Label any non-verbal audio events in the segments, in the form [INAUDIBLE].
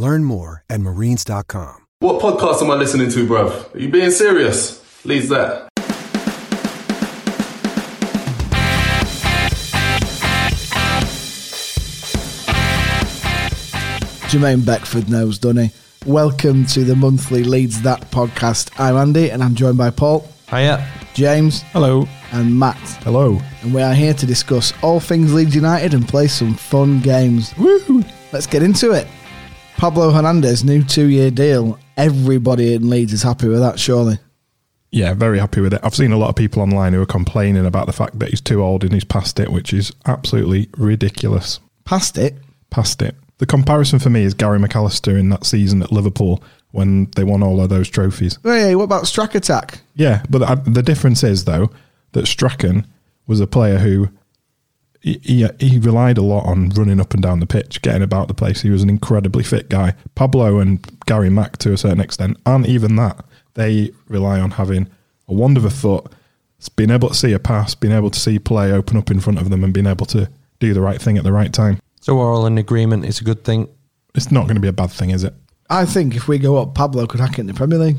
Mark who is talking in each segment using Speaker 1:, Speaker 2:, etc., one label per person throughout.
Speaker 1: Learn more at marines.com.
Speaker 2: What podcast am I listening to, bruv? Are you being serious? Leaves that.
Speaker 3: Jermaine Beckford knows, doesn't he? Welcome to the monthly Leads That podcast. I'm Andy and I'm joined by Paul,
Speaker 4: Hiya.
Speaker 3: James,
Speaker 4: Hello.
Speaker 3: and Matt.
Speaker 4: Hello.
Speaker 3: And we are here to discuss all things Leeds United and play some fun games. Woo! Let's get into it. Pablo Hernandez, new two year deal. Everybody in Leeds is happy with that, surely.
Speaker 5: Yeah, very happy with it. I've seen a lot of people online who are complaining about the fact that he's too old and he's past it, which is absolutely ridiculous.
Speaker 3: Past it.
Speaker 5: Past it. The comparison for me is Gary McAllister in that season at Liverpool when they won all of those trophies.
Speaker 3: Hey, what about Strack Attack?
Speaker 5: Yeah, but I, the difference is though that Strachan was a player who he, he he relied a lot on running up and down the pitch, getting about the place. He was an incredibly fit guy. Pablo and Gary Mack to a certain extent, and even that they rely on having a wand of a foot, being able to see a pass, being able to see play open up in front of them, and being able to do the right thing at the right time.
Speaker 4: So we're all in agreement. It's a good thing.
Speaker 5: It's not going to be a bad thing, is it?
Speaker 3: I think if we go up, Pablo could hack it in the Premier League.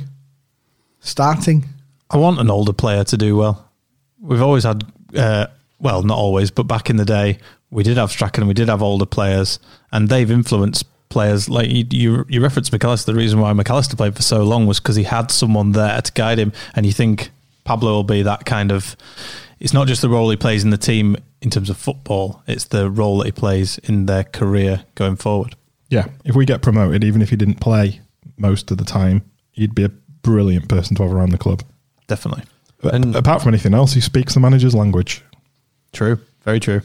Speaker 3: Starting.
Speaker 6: I want an older player to do well. We've always had, uh, well, not always, but back in the day, we did have Strachan and we did have older players, and they've influenced players. Like you, you, you referenced McAllister. The reason why McAllister played for so long was because he had someone there to guide him, and you think Pablo will be that kind of. It's not just the role he plays in the team in terms of football; it's the role that he plays in their career going forward.
Speaker 5: Yeah, if we get promoted, even if he didn't play most of the time, he'd be a brilliant person to have around the club.
Speaker 6: Definitely
Speaker 4: And-
Speaker 5: And apart from anything else, he speaks the manager's language.
Speaker 6: true. Very true.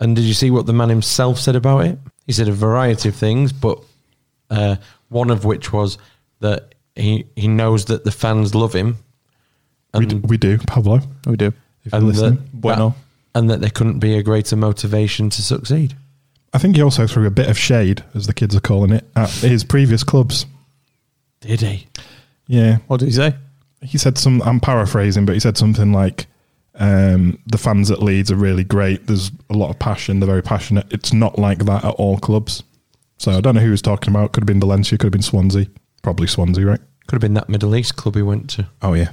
Speaker 4: And did you see what the man himself said about it? He said a variety of things, but uh, one of which was that he he knows that the fans love him,
Speaker 5: We, d- we do, Pablo.
Speaker 6: We do.
Speaker 5: If you listen,
Speaker 4: that,
Speaker 6: bueno.
Speaker 4: and that there couldn't be a greater motivation to succeed.
Speaker 5: I think he also threw a bit of shade, as the kids are calling it, at his previous clubs.
Speaker 4: Did he?
Speaker 5: Yeah,
Speaker 6: What did he say?
Speaker 5: he said some. I'm paraphrasing, but he said something like, um, "The fans at Leeds are really great. There's a lot of passion. They're very passionate. It's not like that at all clubs." So I don't know who he was talking about. Could have been Valencia. Could have been Swansea. Probably Swansea, right?
Speaker 4: Could have been that Middle East club he went to.
Speaker 5: Oh yeah.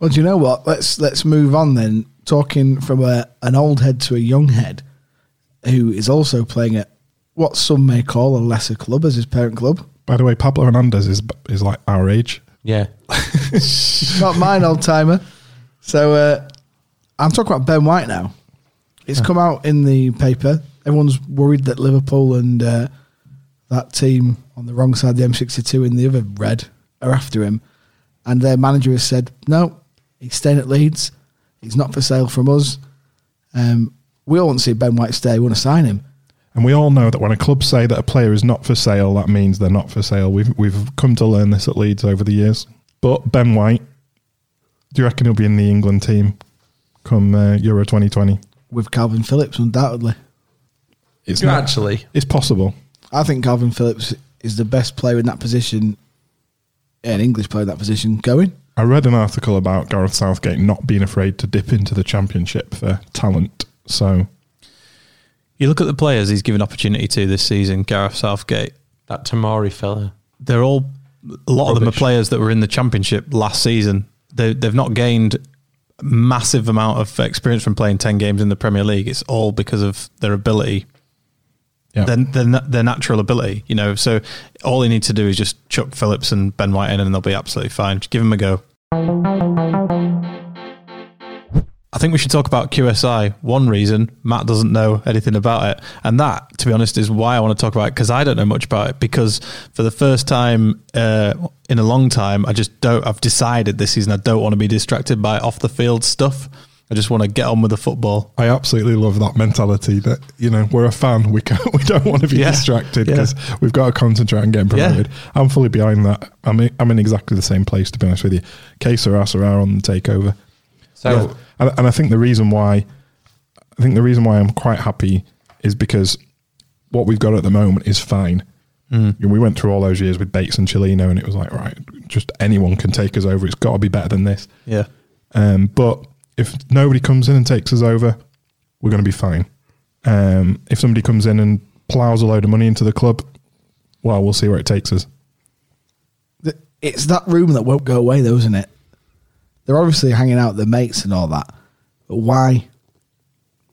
Speaker 3: Well, do you know what? Let's let's move on then. Talking from a, an old head to a young head, who is also playing at what some may call a lesser club as his parent club.
Speaker 5: By the way, Pablo Hernandez is is like our age.
Speaker 4: Yeah,
Speaker 3: Not mine, old timer. So uh, I'm talking about Ben White now. It's come out in the paper. Everyone's worried that Liverpool and uh, that team on the wrong side of the M62 in the other red are after him. And their manager has said, no, he's staying at Leeds. He's not for sale from us. Um, we all want to see Ben White stay. We want to sign him.
Speaker 5: And we all know that when a club say that a player is not for sale, that means they're not for sale. We've we've come to learn this at Leeds over the years. But Ben White, do you reckon he'll be in the England team come uh, Euro 2020?
Speaker 3: With Calvin Phillips, undoubtedly.
Speaker 5: It's
Speaker 4: You
Speaker 5: not-
Speaker 4: actually.
Speaker 5: it's possible.
Speaker 3: I think Calvin Phillips is the best player in that position, an English player in that position, going.
Speaker 5: I read an article about Gareth Southgate not being afraid to dip into the Championship for talent. So
Speaker 6: You look at the players he's given opportunity to this season, Gareth Southgate.
Speaker 4: that Tamari fella.
Speaker 6: They're all a lot of them are
Speaker 5: Rubbish.
Speaker 6: players that were in the championship last season. They, they've not gained a massive amount of experience from playing ten games in the Premier League. It's all because of their ability,
Speaker 5: yeah,
Speaker 6: their, their na- their natural ability. You know, so all they need to do is just chuck Phillips and Ben White in, and they'll be absolutely fine. Just give them a go. I think we should talk about QSI. One reason Matt doesn't know anything about it, and that, to be honest, is why I want to talk about it because I don't know much about it. Because for the first time uh, in a long time, I just don't. I've decided this season I don't want to be distracted by off the field stuff. I just want to get on with the football.
Speaker 5: I absolutely love that mentality that you know we're a fan. We can, [LAUGHS] we don't want to be
Speaker 6: Yeah.
Speaker 5: distracted
Speaker 6: Yeah.
Speaker 5: because we've got to concentrate on getting
Speaker 6: Yeah.
Speaker 5: promoted. I'm fully behind that. I'm in, I'm in exactly the same place to be honest with you. Kesar Asara on the takeover.
Speaker 4: So
Speaker 5: Yeah. and, and I think the reason why I think the reason why I'm quite happy is because what we've got at the moment is fine.
Speaker 6: Mm.
Speaker 5: And we went through all those years with Bates and Chilino, and it was like right, just anyone can take us over. It's got to be better than this.
Speaker 6: Yeah.
Speaker 5: Um, but if nobody comes in and takes us over, we're going to be fine. Um, if somebody comes in and plows a load of money into the club, well, we'll see where it takes us.
Speaker 3: th- it's that rumor that won't go away, though, isn't it? They're obviously hanging out with their mates and all that, but why?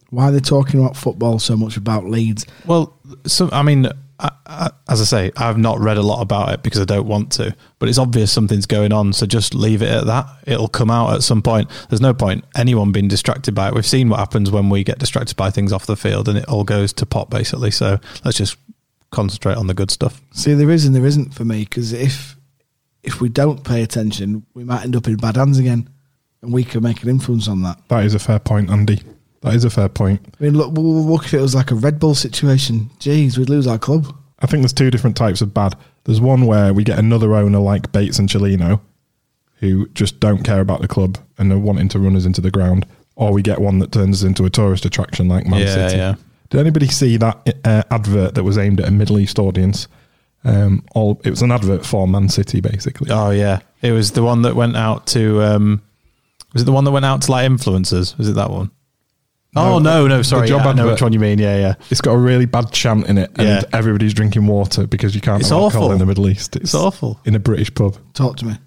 Speaker 3: Why are they talking about football so much about Leeds?
Speaker 6: Well, so I mean, I, I, as I say, I've not read a lot about it because I don't want to. But it's obvious something's going on, so just leave it at that. It'll come out at some point. There's no point anyone being distracted by it. We've seen what happens when we get distracted by things off the field, and it all goes to pot basically. So let's just concentrate on the good stuff.
Speaker 3: See, there is and there isn't for me because if if we don't pay attention, we might end up in bad hands again, and we can make an influence on that.
Speaker 5: That is a fair point, Andy. That is a fair point.
Speaker 3: I mean, look, we'll we'll look if it was like a Red Bull situation. Jeez, we'd lose our club.
Speaker 5: I think there's two different types of bad. There's one where we get another owner like Bates and Chilino, who just don't care about the club and are wanting to run us into the ground, or we get one that turns us into a tourist attraction like Man
Speaker 6: Yeah,
Speaker 5: City.
Speaker 6: yeah.
Speaker 5: Did anybody see that uh, advert that was aimed at a Middle East audience? Um, all it was an advert for Man City, basically.
Speaker 6: Oh yeah, it was the one that went out to. Um, was it the one that went out to like influencers? Was it that one?
Speaker 5: No,
Speaker 6: oh no, no, sorry.
Speaker 5: job
Speaker 6: yeah, I know
Speaker 5: advert.
Speaker 6: which one you mean. Yeah, yeah.
Speaker 5: It's got a really bad chant in it, and
Speaker 6: Yeah.
Speaker 5: everybody's drinking water because you can't
Speaker 6: It's
Speaker 5: have alcohol
Speaker 6: awful.
Speaker 5: in the Middle East.
Speaker 6: It's awful.
Speaker 5: in a British pub.
Speaker 3: Talk to me.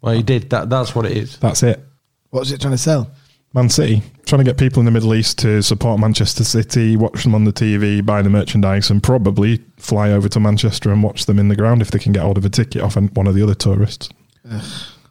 Speaker 4: well, you did that. That's what it is.
Speaker 5: That's it.
Speaker 3: What was it trying to sell?
Speaker 5: Man City trying to get people in the Middle East to support Manchester City, watch them on the TV, buy the merchandise, and probably fly over to Manchester and watch them in the ground if they can get hold of a ticket off an- one of the other tourists.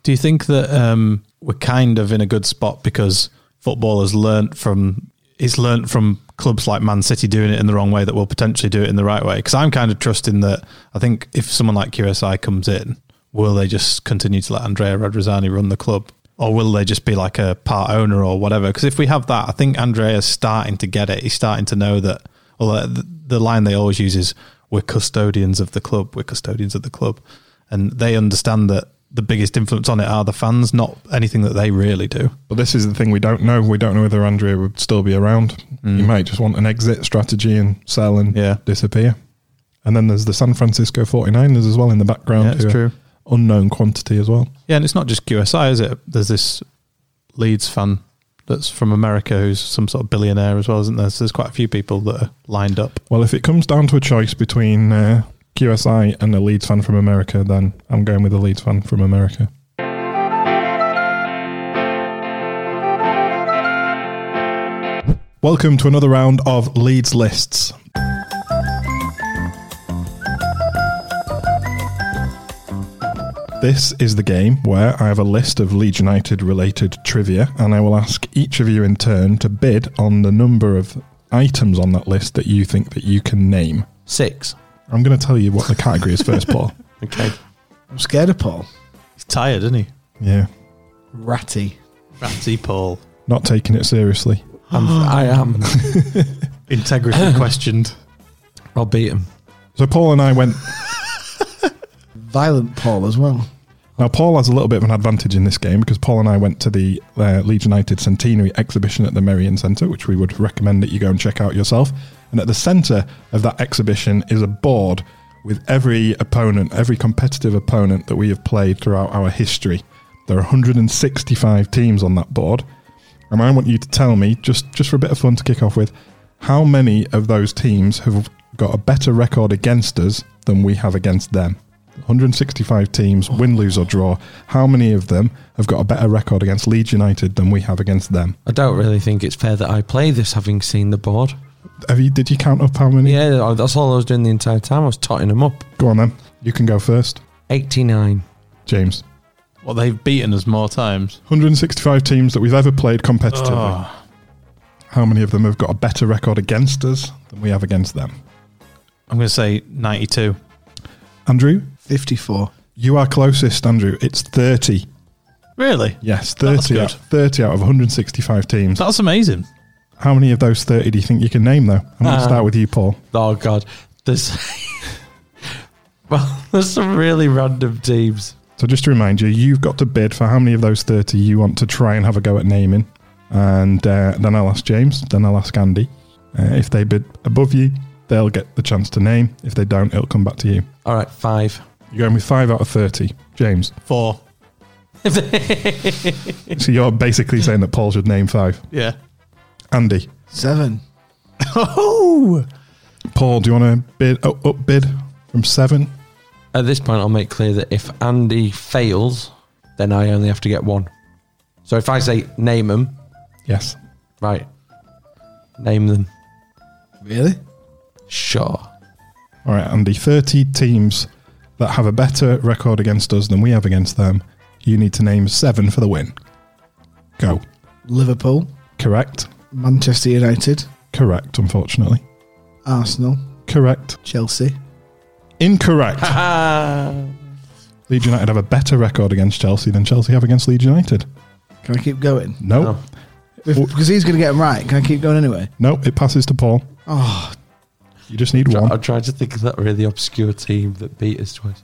Speaker 6: Do you think that um, we're kind of in a good spot because football has learnt from it's learnt from clubs like Man City doing it in the wrong way that will potentially do it in the right way? Because I'm kind of trusting that I think if someone like QSI comes in, will they just continue to let Andrea Radrizzani run the club? Or will they just be like a part owner or whatever? Because if we have that, I think Andrea's starting to get it. He's starting to know that. Well, the, the line they always use is, "We're custodians of the club. We're custodians of the club." and they understand that the biggest influence on it are the fans, not anything that they really do.
Speaker 5: But this is the thing we don't know. We don't know whether Andrea would still be around. He might just want an exit strategy and sell and
Speaker 6: Mm. Yeah.
Speaker 5: disappear. And then there's the San Francisco 49ers as well in the background.
Speaker 6: Yeah, it's
Speaker 5: who are
Speaker 6: true.
Speaker 5: Unknown quantity as well.
Speaker 6: Yeah, and it's not just QSI, is it? There's this Leeds fan that's from America who's some sort of billionaire as well, isn't there? So there's quite a few people that are lined up.
Speaker 5: Well, if it comes down to a choice between uh, QSI and a Leeds fan from America, then I'm going with a Leeds fan from America. Welcome to another round of Leeds lists. This is the game where I have a list of Leeds United related trivia, and I will ask each of you in turn to bid on the number of items on that list that you think that you can name.
Speaker 4: Six.
Speaker 5: I'm going to tell you what the category is first, Paul.
Speaker 4: Okay.
Speaker 3: I'm scared of Paul.
Speaker 6: He's tired, isn't he?
Speaker 5: Yeah,
Speaker 3: Ratty.
Speaker 6: Ratty Paul.
Speaker 5: not taking it seriously.
Speaker 4: I'm, I
Speaker 6: [LAUGHS]
Speaker 4: am.
Speaker 6: [LAUGHS] Integrity questioned.
Speaker 4: I'll beat him.
Speaker 5: So Paul and I went.
Speaker 3: Violent Paul as well.
Speaker 5: Now Paul has a little bit of an advantage in this game because Paul and I went to the uh, Leeds United Centenary exhibition at the Merion Centre, which we would recommend that you go and check out yourself. And at the centre of that exhibition is a board with every opponent, every competitive opponent that we have played throughout our history. There are 165 teams on that board, and I want you to tell me just just for a bit of fun to kick off with, how many of those teams have got a better record against us than we have against them? 165 teams, win, lose, or draw. How many of them have got a better record against Leeds United than we have against them?
Speaker 4: I don't really think it's fair that I play this, having seen the board.
Speaker 5: Have you? Did you count up how many?
Speaker 4: Yeah, I- that's all I was doing the entire time. I was totting them up.
Speaker 5: Go on then. You can go first,
Speaker 4: Eighty-nine.
Speaker 5: James.
Speaker 6: Well, they've beaten us more times.
Speaker 5: 165 teams that we've ever played competitively.
Speaker 6: Oh,
Speaker 5: How many of them have got a better record against us than we have against them?
Speaker 6: I'm going to say 92.
Speaker 5: Andrew,
Speaker 3: 54.
Speaker 5: you are closest. Andrew, it's 30.
Speaker 6: Really?
Speaker 5: Yes,
Speaker 6: That's
Speaker 5: 30 out,
Speaker 6: good.
Speaker 5: 30 out of 165 teams.
Speaker 6: That's amazing.
Speaker 5: How many of those 30 do you think you can name, though? I'm going to
Speaker 4: Uh,
Speaker 5: start with you, Paul.
Speaker 4: Oh god, there's [LAUGHS] well, [LAUGHS] there's some really random teams.
Speaker 5: So just to remind you, you've got to bid for how many of those 30 you want to try and have a go at naming. And uh, then I'll ask James, then I'll ask Andy. Uh, if they bid above you, they'll get the chance to name. If they don't, it'll come back to you.
Speaker 4: All right, five.
Speaker 5: You're going with five out of 30. James.
Speaker 6: Four.
Speaker 5: So you're basically saying that Paul should name five.
Speaker 6: Yeah. [LAUGHS]
Speaker 5: Andy.
Speaker 3: Seven.
Speaker 6: Oh,
Speaker 5: Paul, do you want to bid oh, up bid from seven?
Speaker 4: At this point, I'll make clear that if Andy fails, then I only have to get one. So if I say name them,
Speaker 5: Yes.
Speaker 4: right, name them.
Speaker 3: Really?
Speaker 4: Sure. [LAUGHS]
Speaker 5: All right, Andy. 30 teams that have a better record against us than we have against them. You need to name seven for the win. Go.
Speaker 3: Liverpool,
Speaker 5: Correct.
Speaker 3: Manchester United,
Speaker 5: Correct, unfortunately.
Speaker 3: Arsenal,
Speaker 5: Correct.
Speaker 3: Chelsea.
Speaker 5: Incorrect. Leeds United have a better record against Chelsea than Chelsea have against Leeds United.
Speaker 3: Can I keep going?
Speaker 5: No,
Speaker 4: No.
Speaker 3: If- Because he's going to get them right. Can I keep going anyway?
Speaker 5: no, it passes to Paul.
Speaker 3: Oh,
Speaker 5: You just need
Speaker 4: I
Speaker 5: one.
Speaker 4: tried to think of that really obscure team that beat us twice.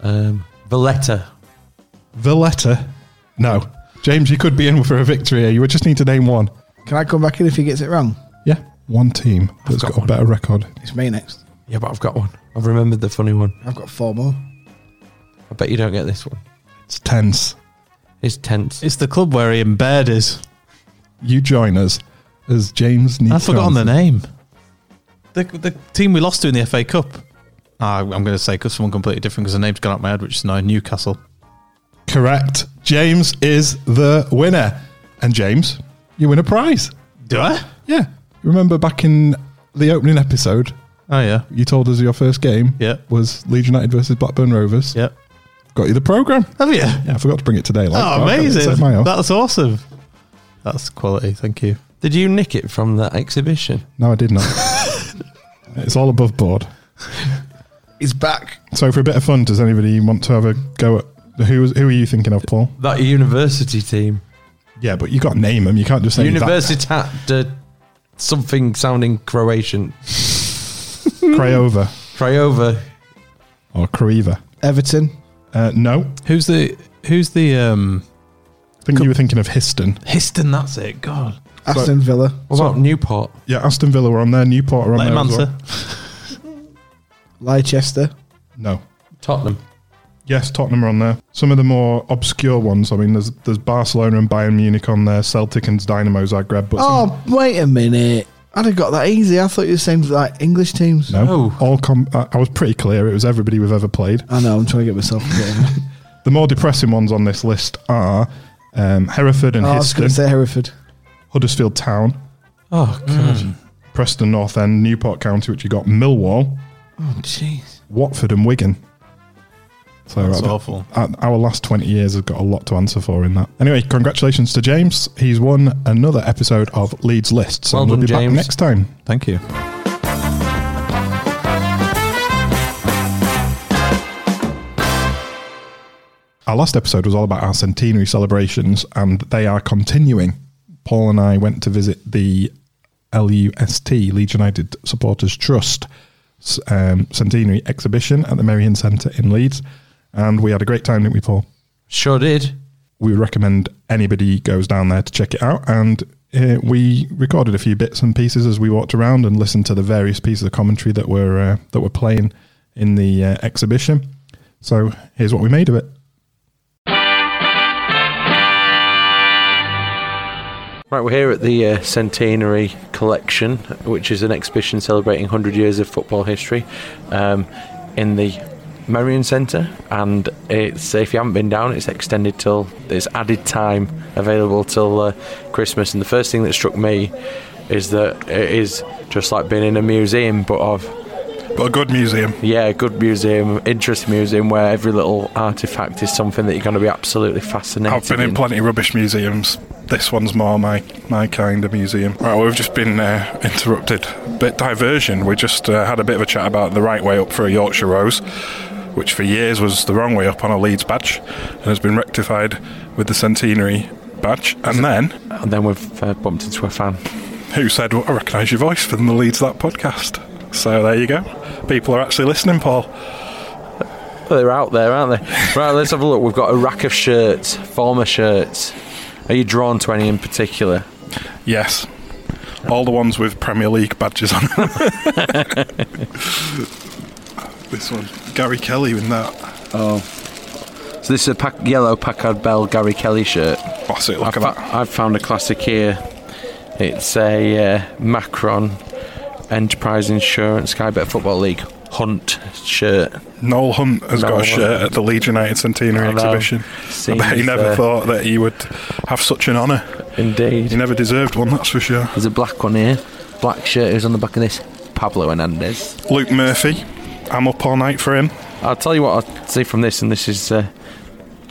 Speaker 4: Um, Valletta.
Speaker 5: Valletta. No. James, you could be in for a victory here. You would just need to name one.
Speaker 3: can I come back in if he gets it wrong?
Speaker 5: Yeah, one team that's
Speaker 4: got
Speaker 5: got, a better record.
Speaker 3: It's me next.
Speaker 4: Yeah, but I've got one. I've remembered the funny one.
Speaker 3: I've got four more.
Speaker 4: I bet you don't get this one.
Speaker 5: It's tense.
Speaker 4: It's tense.
Speaker 6: it's the club where Ian Baird is.
Speaker 5: You join us as James needs
Speaker 6: I've
Speaker 5: to
Speaker 6: forgotten the
Speaker 5: answer.
Speaker 6: name. The, the team we lost to in the FA Cup. Ah, I'm going to say because someone completely different because the name's gone out my head, which is now Newcastle.
Speaker 5: Correct. James is the winner. And James, you win a prize.
Speaker 6: Do I?
Speaker 5: Yeah. Remember back in the opening episode,
Speaker 6: Oh yeah,
Speaker 5: you told us your first game
Speaker 6: Yeah.
Speaker 5: was Leeds United versus Blackburn Rovers.
Speaker 6: yeah.
Speaker 5: Got you the programme.
Speaker 6: Have you?
Speaker 5: Yeah, I forgot to bring it today. Like,
Speaker 6: Oh,
Speaker 5: but I got it
Speaker 6: amazing!
Speaker 5: set my own.
Speaker 6: That's awesome. That's quality. Thank you.
Speaker 4: Did you nick it from that exhibition?
Speaker 5: No, I
Speaker 6: [LAUGHS]
Speaker 5: did not. it's all above board.
Speaker 3: He's back.
Speaker 5: So for a bit of fun, does anybody want to have a go at who? was- Who are you thinking of, Paul?
Speaker 4: That university team.
Speaker 5: Yeah, but you got to name them. You can't just say that.
Speaker 4: Universitat de something sounding Croatian.
Speaker 5: [LAUGHS] Craiova
Speaker 4: Craiova.
Speaker 5: or Craiva.
Speaker 3: Everton.
Speaker 5: Uh, no,
Speaker 6: Who's the Who's the um
Speaker 5: I think you were thinking of Histon.
Speaker 6: Histon? That's it. God,
Speaker 3: Aston Villa.
Speaker 4: What about Newport?
Speaker 5: Yeah, Aston Villa were on there. Newport are on
Speaker 6: let him
Speaker 5: there. as well.
Speaker 6: answer.
Speaker 3: Leicester.
Speaker 5: No.
Speaker 4: Tottenham.
Speaker 5: Yes, Tottenham are on there. Some of the more obscure ones. I mean, there's there's Barcelona and Bayern Munich on there. Celtic and Dynamo Zagreb. But some-
Speaker 3: Oh, wait a minute. I'd have got that easy. I thought you were saying like English teams.
Speaker 4: Oh.
Speaker 5: No. All com- I I was pretty clear. It was everybody we've ever played.
Speaker 3: I know. I'm trying to get myself. together.
Speaker 5: The more depressing ones on this list are um, Hereford and
Speaker 3: oh, I was going
Speaker 5: Histon,
Speaker 3: to say Hereford.
Speaker 5: Huddersfield Town,
Speaker 4: Oh, God.
Speaker 6: Mm.
Speaker 5: Preston North End, Newport County, which you got, Millwall,
Speaker 3: Oh, jeez.
Speaker 5: Watford, and Wigan. So
Speaker 6: That's
Speaker 4: Mm.
Speaker 5: uh,
Speaker 6: awful.
Speaker 5: uh, our last 20 years has got a lot to answer for in that. Anyway, congratulations to James. He's won another episode of Leeds Lists.
Speaker 4: Well
Speaker 5: and we'll
Speaker 4: done,
Speaker 5: be
Speaker 4: James.
Speaker 5: back next time.
Speaker 6: Thank you.
Speaker 5: Our last episode was all about our centenary celebrations, and they are continuing. Paul and I went to visit the LUST, Leeds United Supporters Trust, s- um, centenary exhibition at the Merrion Centre in Leeds, and we had a great time, didn't we, Paul?
Speaker 4: Sure did.
Speaker 5: We would recommend anybody goes down there to check it out. And uh, we recorded a few bits and pieces as we walked around and listened to the various pieces of commentary that were uh, that were playing in the uh, exhibition. So here's what we made of it.
Speaker 4: Right, we're here at the uh, Centenary Collection, which is an exhibition celebrating 100 years of football history um, in the Merrion Centre. And it's if you haven't been down, it's extended till there's added time available till uh, Christmas. And the first thing that struck me is that it is just like being in a museum, but of
Speaker 5: But a good museum.
Speaker 4: yeah, a good museum, interesting museum where every little artifact is something that you're going to be absolutely fascinated.
Speaker 5: I've been in plenty of rubbish museums. This one's more my my kind of museum. Right, well, we've just been uh, interrupted. Bit diversion. We just uh, had a bit of a chat about the right way up for a Yorkshire Rose. which for years was the wrong way up on a Leeds badge and has been rectified with the centenary badge. And then,
Speaker 4: And then we've uh, bumped into a fan.
Speaker 5: who said, well, I recognise your voice from the Leeds That podcast? So there you go. People are actually listening, Paul.
Speaker 4: Well, they're out there, aren't they? [LAUGHS] Right, let's have a look. We've got a rack of shirts, former shirts. Are you drawn to any in particular?
Speaker 5: Yes. All the ones with Premier League badges on them. [LAUGHS] this one. Gary Kelly in that.
Speaker 4: So this is a pack, yellow Packard Bell Gary Kelly shirt.
Speaker 5: Boss it, look
Speaker 4: I've,
Speaker 5: at
Speaker 4: fo-
Speaker 5: that.
Speaker 4: I've found a classic here. It's a uh, Macron Enterprise Insurance Skybet Football League Hunt shirt.
Speaker 5: Noel Hunt has
Speaker 4: Noel
Speaker 5: got a shirt
Speaker 4: Hunt.
Speaker 5: at the Leeds United Centenary
Speaker 4: I know.
Speaker 5: exhibition. I
Speaker 4: Seems,
Speaker 5: bet he never
Speaker 4: uh,
Speaker 5: thought that he would have such an honour. He
Speaker 4: Indeed.
Speaker 5: never deserved one, that's for sure.
Speaker 4: There's a black one here. Black shirt is on the back of this. Pablo Hernandez.
Speaker 5: Luke Murphy. I'm up all night for him.
Speaker 4: I'll tell you what I see from this, and this is uh,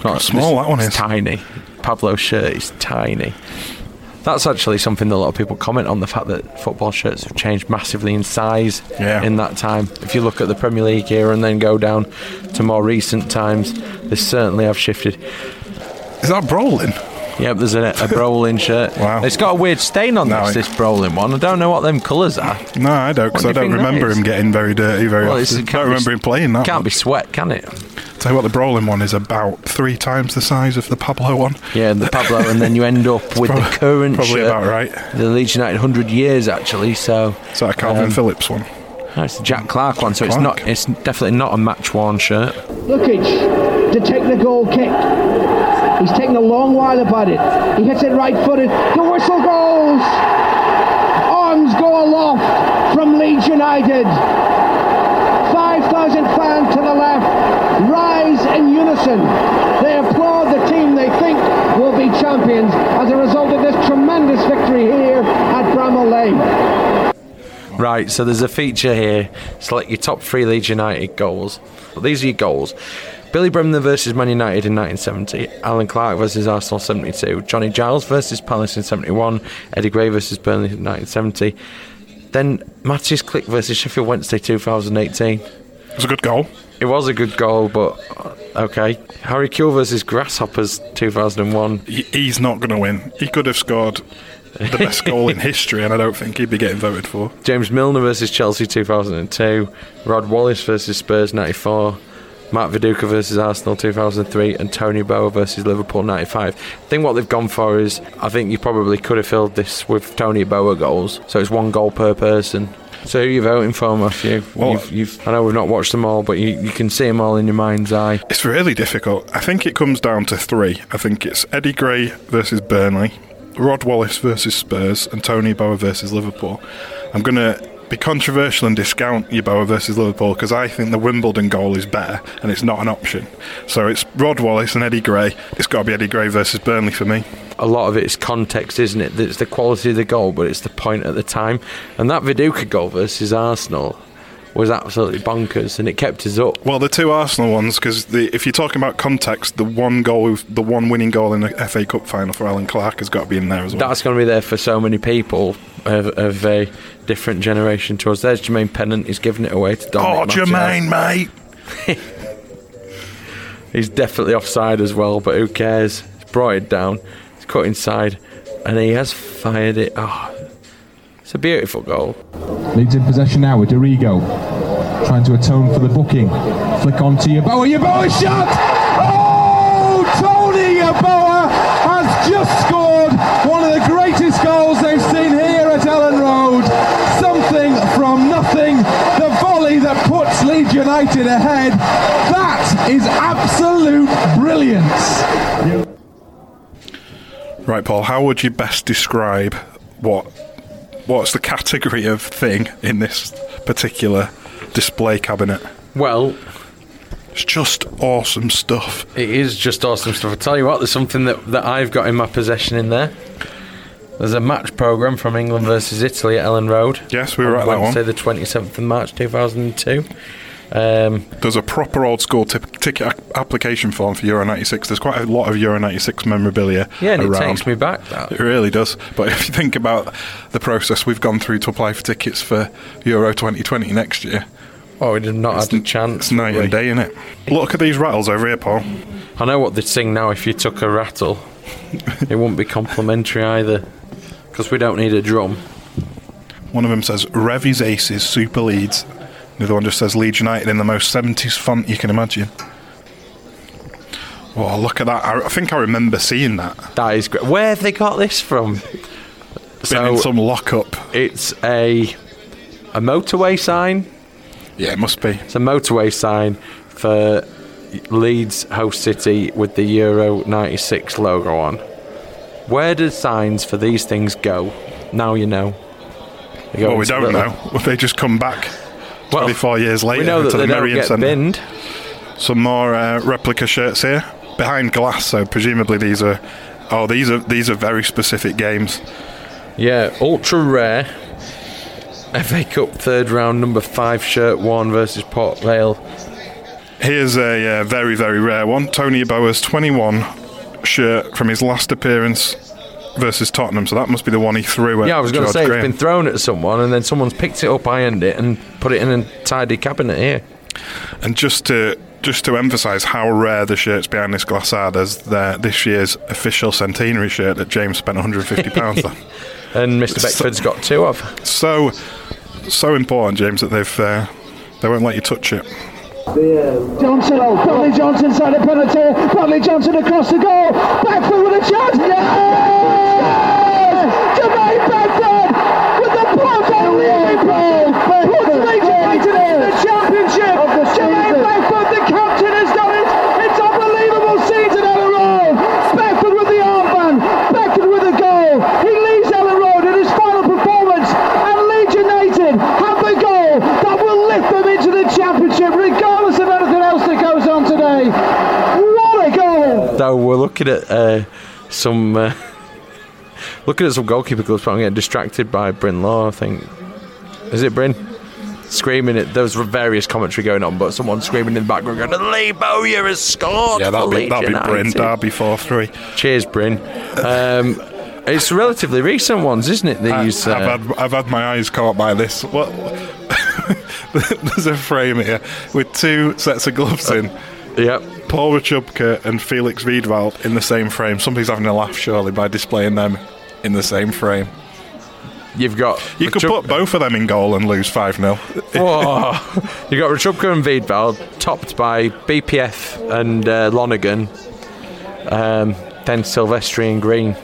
Speaker 4: not
Speaker 5: small
Speaker 4: this-
Speaker 5: that one
Speaker 4: it's
Speaker 5: is.
Speaker 4: Tiny. Pablo's shirt is tiny. That's actually something that a lot of people comment on the fact that football shirts have changed massively in size
Speaker 5: Yeah.
Speaker 4: in that time. If you look at the Premier League era and then go down to more recent times, they certainly have shifted.
Speaker 5: Is that Brolin?
Speaker 4: Yep, there's a, a Brolin shirt.
Speaker 5: [LAUGHS] Wow.
Speaker 4: It's got a weird stain on
Speaker 5: No,
Speaker 4: this,
Speaker 5: it-
Speaker 4: this Brolin one. I don't know what them colours are.
Speaker 5: No, I don't, because
Speaker 4: What do
Speaker 5: I
Speaker 4: you think
Speaker 5: don't
Speaker 4: that
Speaker 5: remember
Speaker 4: is?
Speaker 5: him getting very dirty very
Speaker 4: Well, it's-
Speaker 5: often.
Speaker 4: it
Speaker 5: don't
Speaker 4: can't be-
Speaker 5: remember him playing that.
Speaker 4: Can't be
Speaker 5: much.
Speaker 4: sweat, can it?
Speaker 5: Tell you what, the Brolin one is about three times the size of the Pablo one.
Speaker 4: Yeah, the Pablo, and then you end up with
Speaker 5: Prob-
Speaker 4: the current
Speaker 5: probably
Speaker 4: shirt,
Speaker 5: about right.
Speaker 4: The Leeds United hundred years actually. So
Speaker 5: Is that a Calvin
Speaker 4: um,
Speaker 5: Phillips one?
Speaker 4: no, it's the Jack Clark one. So it's
Speaker 5: Clark.
Speaker 4: not. It's definitely not a match worn shirt.
Speaker 7: Lukic to take the goal kick. He's taken a long while about it. He hits it right footed. The whistle goes. Arms go aloft from Leeds United. 5,000 fans to the left rise in unison. They applaud the team they think will be champions as a result of this tremendous victory here at Bramall Lane.
Speaker 4: Right, so there's a feature here. Select your top three Leeds United goals. These are your goals. Billy Bremner versus Man United in 1970, Alan Clark versus Arsenal 72, Johnny Giles versus Palace in 71, Eddie Gray versus Burnley in 1970, then Matthias Click versus Sheffield Wednesday 2018.
Speaker 5: It was a good goal.
Speaker 4: It was a good goal, but uh, okay. Harry Kuehl versus Grasshoppers 2001.
Speaker 5: He- He's not going to win. He could have scored the [LAUGHS] best goal in history, and I don't think he'd be getting voted for.
Speaker 4: James Milner versus Chelsea 2002, Rod Wallace versus Spurs 94, Matt Viduka versus Arsenal 2003, and Tony Bower versus Liverpool 95. I think what they've gone for is, I think you probably could have filled this with Tony Bower goals, so it's one goal per person. So who are you voting for, Matthew?
Speaker 5: Well-
Speaker 4: you've, you've, I know we've not watched them all, but you, you can see them all in your mind's eye.
Speaker 5: It's really difficult. I think it comes down to three. I think it's Eddie Gray versus Burnley, Rod Wallace versus Spurs, and Tony Bower versus Liverpool. I'm going to be controversial and discount your Bower versus Liverpool because I think the Wimbledon goal is better and it's not an option. So it's Rod Wallace and Eddie Gray. It's got to be Eddie Gray versus Burnley for me.
Speaker 4: a lot of it is context, isn't it? It's the quality of the goal, but it's the point at the time. And that Viduka goal versus Arsenal was absolutely bonkers, and it kept us up.
Speaker 5: Well, the two Arsenal ones, because if you're talking about context, the one goal, the one winning goal in the FA Cup final for Alan Clark has got to be in there as well.
Speaker 4: That's going to be there for so many people of, of a different generation to us. There's Jermaine Pennant. He's giving it away to
Speaker 5: oh,
Speaker 4: Dominic. Martinez.
Speaker 5: Jermaine, mate.
Speaker 4: He's definitely offside as well, but who cares? He's brought it down. He's cut inside, and he has fired it. Oh, it's a beautiful goal.
Speaker 8: Leeds in possession now with Dorigo. Trying to atone for the booking. Flick on to Yaboa. Yaboa shot! Oh! Tony Yaboa has just scored one of the greatest goals they've seen here at Ellen Road. Something from nothing. The volley that puts Leeds United ahead. That is absolute brilliance.
Speaker 5: Right, Paul. How would you best describe what what's the category of thing in this particular display cabinet?
Speaker 4: Well,
Speaker 5: It's just awesome stuff.
Speaker 4: It is just awesome stuff. I tell you what, there's something that, that I've got in my possession in there. There's a match program from England versus Italy at Ellen Road.
Speaker 5: Yes, we were
Speaker 4: on
Speaker 5: at that one.
Speaker 4: Wednesday, the 27th of March 2002. Um,
Speaker 5: There's a proper old school t- ticket ac- application form for Euro '96. There's quite a lot of Euro '96 memorabilia.
Speaker 4: yeah, and it
Speaker 5: around.
Speaker 4: takes me back. That.
Speaker 5: It really does. But if you think about the process we've gone through to apply for tickets for Euro 2020 next year,
Speaker 4: Oh, we'd have not had a chance.
Speaker 5: It's night
Speaker 4: would we?
Speaker 5: and day, is it? Look at these rattles over here, Paul.
Speaker 4: I know what they'd sing now if you took a rattle. it wouldn't be complimentary either. Because we don't need a drum.
Speaker 5: One of them says Revy's Aces Super Leeds. The other one just says Leeds United in the most 70s font you can imagine. Oh, look at that. I, I think I remember seeing that.
Speaker 4: That is great. Where have they got this from?
Speaker 5: Been
Speaker 4: so
Speaker 5: in some lockup.
Speaker 4: it's a a motorway sign.
Speaker 5: Yeah, it must be.
Speaker 4: It's a motorway sign for Leeds host city with the Euro 96 logo on. Where do signs for these things go? Now you know. They go
Speaker 5: Well, we
Speaker 4: into
Speaker 5: don't
Speaker 4: little- [LAUGHS]
Speaker 5: know. [LAUGHS] Well, They just come back
Speaker 4: Well,
Speaker 5: 24 years later
Speaker 4: We know that
Speaker 5: to the
Speaker 4: they don't
Speaker 5: Merriam
Speaker 4: get
Speaker 5: Centre.
Speaker 4: binned.
Speaker 5: Some more uh, replica shirts here behind glass. So presumably these are. Oh, these are these are very specific games.
Speaker 4: Yeah, ultra rare. FA Cup third round number five shirt one versus Port Vale.
Speaker 5: Here's a uh, very, very rare one. Tony Bowers 21 shirt from his last appearance versus Tottenham. So that must be the one he threw at
Speaker 4: Yeah, I was going to
Speaker 5: George
Speaker 4: say
Speaker 5: Graham.
Speaker 4: it's been thrown at someone and then someone's picked it up, ironed it, and put it in a tidy cabinet here.
Speaker 5: and just to just to emphasise how rare the shirts behind this glass are, there's the, this year's official centenary shirt that James spent
Speaker 4: [LAUGHS]
Speaker 5: £150 on.
Speaker 4: And Mr. Beckford's got two of.
Speaker 5: So, so important, James, that they've uh, they won't let you touch it.
Speaker 7: Johnson, oh, Bradley Johnson side of penalty. Bradley Johnson across the goal. Beckford with a chance. Yes! Jermaine Beckford with the block on the apron. Puts Leeds United into the championship. Jermaine Beckford, the captain, has done it. It's unbelievable season in a row. Beckford with the armband. Beckford with the goal. He leaves Ellen Road in his final performance. And Leeds United have the goal that will lift them into the championship, regardless of anything else that goes on today. What a goal!
Speaker 4: So we're looking at uh, some uh, [LAUGHS] looking at some goalkeeper clubs, but I'm getting distracted by Bryn Law. I think is it Bryn screaming at there was various commentary going on, but someone screaming in the background going, "Lee Bowyer has scored!"
Speaker 5: Yeah, that'll
Speaker 4: for
Speaker 5: be
Speaker 4: Leeds
Speaker 5: that'll be Bryn
Speaker 4: United."
Speaker 5: Derby four three.
Speaker 4: Cheers, Bryn. Um, it's relatively recent ones, isn't it? These uh,
Speaker 5: I've had I've had my eyes caught by this. What? [LAUGHS] There's a frame here with two sets of gloves in.
Speaker 4: yep.
Speaker 5: Paul Rachubka and Felix Wiedwald in the same frame. Somebody's having a laugh, surely, by displaying them in the same frame.
Speaker 4: You've got
Speaker 5: You could
Speaker 4: Rachub-
Speaker 5: put both of them in goal and lose 5 0.
Speaker 4: Whoa. Oh. [LAUGHS] you got Rachubka and Wiedvald, topped by BPF and uh, Lonergan, um, then Silvestri and Green.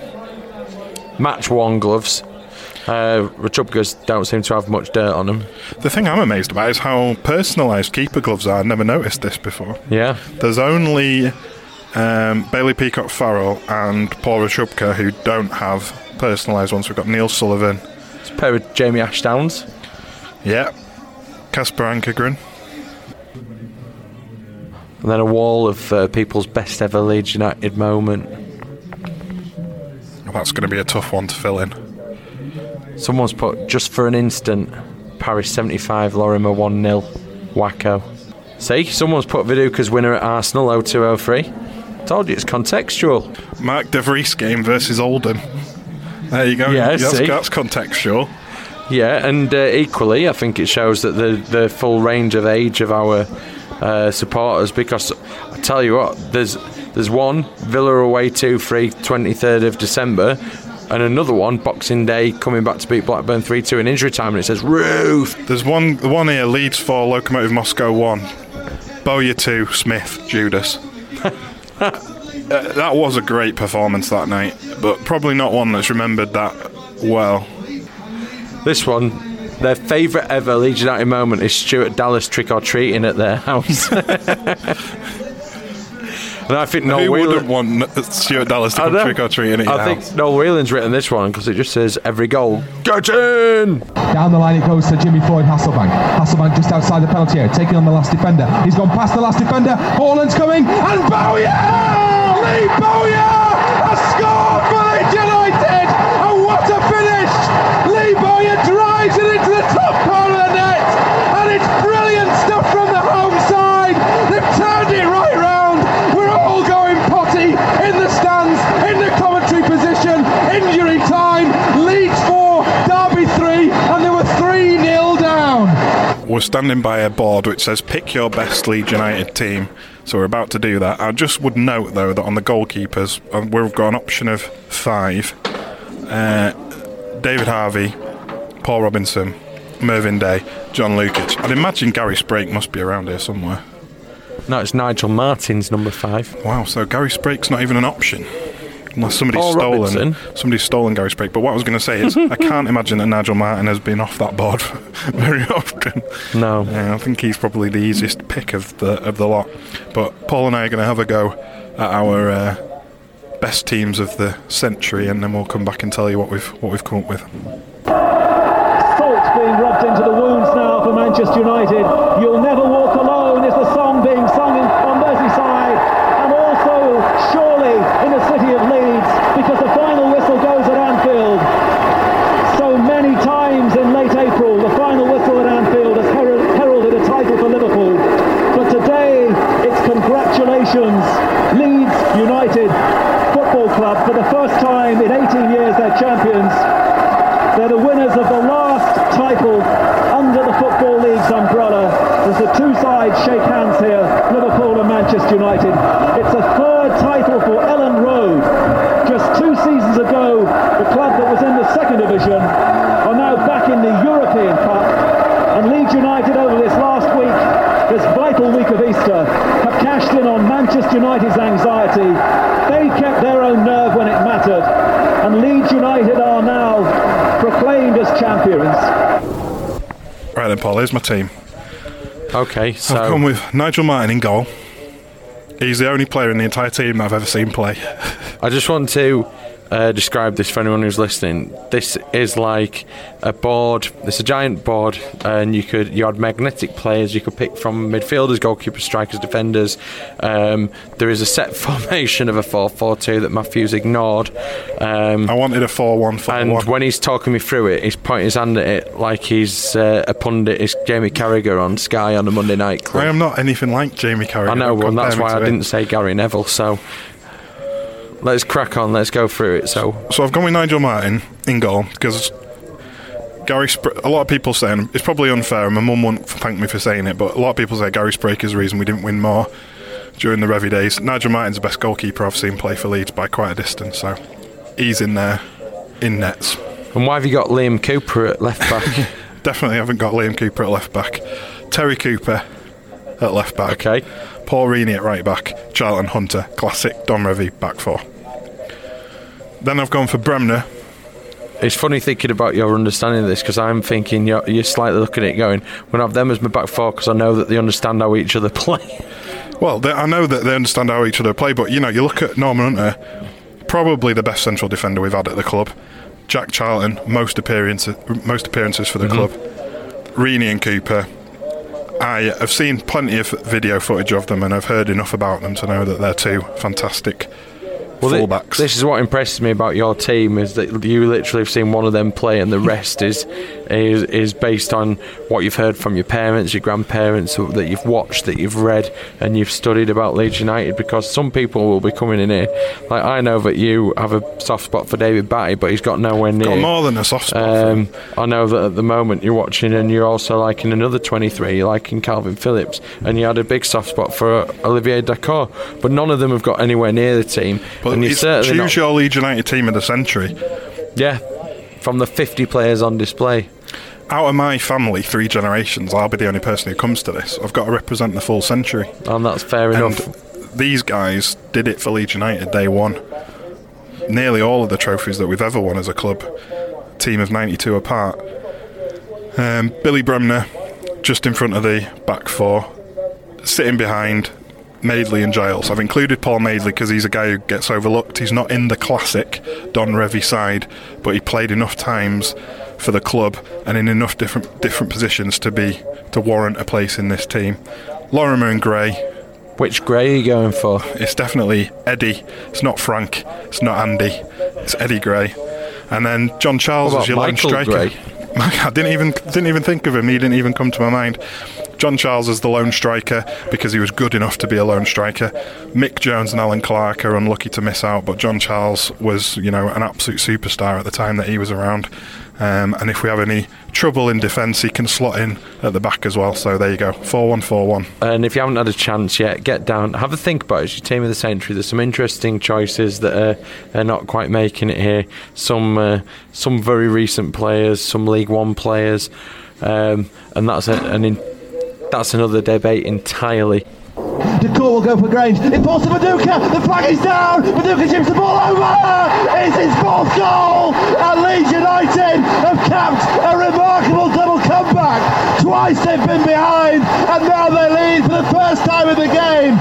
Speaker 4: Match one gloves. Uh, Rachubka's don't seem to have much dirt on them.
Speaker 5: The thing I'm amazed about is how personalised keeper gloves are. I never noticed this before.
Speaker 4: Yeah,
Speaker 5: There's only um, Bailey Peacock Farrell and Paul Rachubka who don't have personalised ones. We've got Neil Sullivan.
Speaker 4: it's a pair of Jamie Ashdowns.
Speaker 5: Yeah. Casper Ankergren.
Speaker 4: And then a wall of uh, people's best ever Leeds United moment.
Speaker 5: That's going to be a tough one to fill in.
Speaker 4: Someone's put, just for an instant, Paris 75, Lorimer 1 0, wacko. See, someone's put Viduka's winner at Arsenal 0203. Told you it's contextual.
Speaker 5: Mark De Vries game versus Oldham. There you go.
Speaker 4: Yeah, I
Speaker 5: that's,
Speaker 4: see.
Speaker 5: that's contextual.
Speaker 4: Yeah, and uh, equally, I think it shows that the the full range of age of our uh, supporters. Because I tell you what, there's there's one Villa away two three 23rd of December, and another one Boxing Day coming back to beat Blackburn three two in injury time, and it says roof.
Speaker 5: There's one the one here Leeds 4, Locomotive Moscow 1, Bowyer 2, Smith,
Speaker 4: [LAUGHS]
Speaker 5: Judas. Uh, that was a great performance that night, but probably not one that's remembered that well.
Speaker 4: This one, their favourite ever Leeds United moment is Stuart Dallas trick or treating at their
Speaker 5: [LAUGHS]
Speaker 4: house. and I think Noel
Speaker 5: Who
Speaker 4: Whelan-
Speaker 5: wouldn't Oh, want Stuart Dallas to
Speaker 4: I
Speaker 5: come
Speaker 4: know.
Speaker 5: trick or treating it?
Speaker 4: I think Noel Whelan's written this one because it just says every goal. Get in!
Speaker 8: Down the line it goes to Jimmy Floyd Hasselbank. Hasselbank just outside the penalty area, taking on the last defender. He's gone past the last defender. Haaland's coming and Bowyer! Lee Bowyer has scored for Leeds United! And what a finish! Lee Bowyer drives it into the top corner of the net, and it's brilliant stuff from the home side. They've turned it right round. We're all going potty in the stands, in the commentary position, injury time. Leeds four, Derby three, and they were three 0 down.
Speaker 5: Were we're standing by a board which says pick your best Leeds United team. So we're about to do that. I just would note though that on the goalkeepers, um, we've got an option of five: uh, David Harvey, Paul Robinson, Mervyn Day, John Lukic. I'd imagine Gary Sprake must be around here somewhere.
Speaker 4: No, it's Nigel Martin's number five.
Speaker 5: Wow, so Gary Sprake's not even an option. Unless somebody's
Speaker 4: Paul
Speaker 5: stolen
Speaker 4: Robinson.
Speaker 5: somebody's stolen Gary Sprake. But what I was going to say
Speaker 4: [LAUGHS]
Speaker 5: is I can't imagine that Nigel Martin has been off that board [LAUGHS] very often.
Speaker 4: No.
Speaker 5: Yeah, I think he's probably the easiest pick of the of the lot. But Paul and I are going to have a go at our uh, best teams of the century, and then we'll come back and tell you what we've what we've come up with.
Speaker 9: Salt being rubbed into the wounds now for Manchester United. You'll never walk alone is the song being sung in, on Merseyside. And also, surely, in the city of Leeds, because the final whistle goes at Anfield. So many times in late April, the final whistle at Anfield has hero- heralded a title for Liverpool. But today, it's congratulations, Leeds United Football Club. For the first time in 18 years, they're champions. They're the winners of the last title under the Football League's umbrella. As the two sides shake hands here, Liverpool and Manchester United. It's a third title for Ellen Road. Just two seasons ago, the club that was in the second division are now back in the European Cup. And Leeds United over this last week, this vital week of Easter, have cashed in on Manchester United's anxiety. They kept their own nerve when it mattered. And Leeds United are now proclaimed as champions.
Speaker 5: Right then, Paul, here's my team.
Speaker 4: Okay,
Speaker 5: I've come
Speaker 4: so
Speaker 5: with Nigel Martin in goal. He's the only player in the entire team that I've ever seen play.
Speaker 4: I just want to uh, describe this for anyone who's listening. This is like a board. It's a giant board, and you could you had magnetic players you could pick from midfielders, goalkeepers, strikers, defenders. Um, there is a set [LAUGHS] formation of a four-four-two that Matthews ignored. Um,
Speaker 5: I wanted a 4 1 4
Speaker 4: And
Speaker 5: 1.
Speaker 4: when he's talking me through it, he's pointing his hand at it like he's uh, a pundit. It's Jamie Carragher on Sky on a Monday night
Speaker 5: I
Speaker 4: club.
Speaker 5: am not anything like Jamie Carragher.
Speaker 4: I know,
Speaker 5: Don't
Speaker 4: well, that's
Speaker 5: compare me
Speaker 4: why I
Speaker 5: to him.
Speaker 4: didn't say Gary Neville. So let's crack on. Let's go through it. So
Speaker 5: So I've gone with Nigel Martin in goal because Gary. Spr- a lot of people saying it's probably unfair, and my mum won't thank me for saying it, but a lot of people say Gary Sprake is the reason we didn't win more during the Revy days. Nigel Martin's the best goalkeeper I've seen play for Leeds by quite a distance, so he's in there in nets.
Speaker 4: and why have you got Liam Cooper at left back?
Speaker 5: [LAUGHS] Definitely haven't got Liam Cooper at left back, Terry Cooper at left back,
Speaker 4: okay,
Speaker 5: Paul Reaney at right back, Charlton Hunter, classic Don Revy back four. Then I've gone for Bremner
Speaker 4: it's funny thinking about your understanding of this because I'm thinking you're, you're slightly looking at it going, "When I've them as my back four because I know that they understand how each other [LAUGHS] play."
Speaker 5: Well, they, I know that they understand how each other play, but you know, you look at Norman Hunter, probably the best central defender we've had at the club. Jack Charlton, most appearances, most appearances for the club. Reaney and Cooper. I have seen plenty of video footage of them, and I've heard enough about them to know that they're two fantastic
Speaker 4: thi-
Speaker 5: fullbacks.
Speaker 4: This is what impresses me about your team is that you literally have seen one of them play, and the rest is is is based on what you've heard from your parents, your grandparents, who- that you've watched, that you've read, and you've studied about Leeds United. Because some people will be coming in here, like I know that you have a soft spot for David Batty, but he's got nowhere near.
Speaker 5: Got more than a soft spot. for them.
Speaker 4: Um, I know that at the moment you're watching and you're also liking another 23, you're liking Calvin Phillips, and you had a big soft spot for uh, Olivier D'accord, but none of them have got anywhere near the team.
Speaker 5: but
Speaker 4: and you're
Speaker 5: it's-
Speaker 4: certainly
Speaker 5: choose
Speaker 4: not-
Speaker 5: your Leeds United team of the century.
Speaker 4: yeah, from the 50 players on display.
Speaker 5: Out of my family, three generations, I'll be the only person who comes to this. I've got to represent the full century.
Speaker 4: And that's fair
Speaker 5: And
Speaker 4: enough.
Speaker 5: these guys did it for Leeds United day one. Nearly all of the trophies that we've ever won as a club, team of 92 apart. Um, Billy Bremner, just in front of the back four, sitting behind Madeley and Giles. I've included Paul Madeley because he's a guy who gets overlooked. He's not in the classic Don Revy side, but he played enough times for the club and in enough different different positions to be to warrant a place in this team. Lorimer and Gray,
Speaker 4: Which grey are you going for?
Speaker 5: it's definitely Eddie. It's not Frank. It's not Andy. It's Eddie Gray. And then John Charles
Speaker 4: What
Speaker 5: was your
Speaker 4: about
Speaker 5: lone [LAUGHS]
Speaker 4: Michael
Speaker 5: striker.
Speaker 4: Gray?
Speaker 5: I didn't even didn't even think of him. He didn't even come to my mind. John Charles is the lone striker because he was good enough to be a lone striker. Mick Jones and Alan Clark are unlucky to miss out, but John Charles was, you know, an absolute superstar at the time that he was around. Um, and if we have any trouble in defence, he can slot in at the back as well. So there you go, four-one-four-one.
Speaker 4: And if you haven't had a chance yet, get down, have a think about it. It's your team of the century. There's some interesting choices that are, are not quite making it here. Some uh, some very recent players, some League One players, um, and that's a, an in, that's another debate entirely.
Speaker 7: Decourt will go for Grange. Impulse to Maduka. The flag is down. Maduka chips the ball over. It's his fourth goal. And Leeds United have capped a remarkable double comeback. Twice they've been behind, and now they lead for the first time in the game.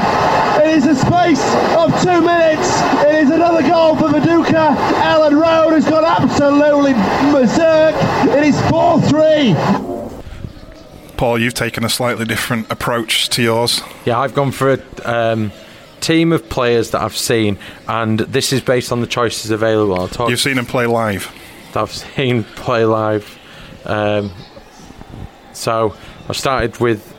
Speaker 7: It is a space of two minutes. It is another goal for Maduka. Alan Road has gone absolutely berserk. It is 4-3.
Speaker 5: Paul, you've taken a slightly different approach to yours.
Speaker 4: Yeah, I've gone for a um, team of players that I've seen, and this is based on the choices available. I'll talk
Speaker 5: You've seen him play live.
Speaker 4: that I've [LAUGHS] seen play live. Um, so I started with,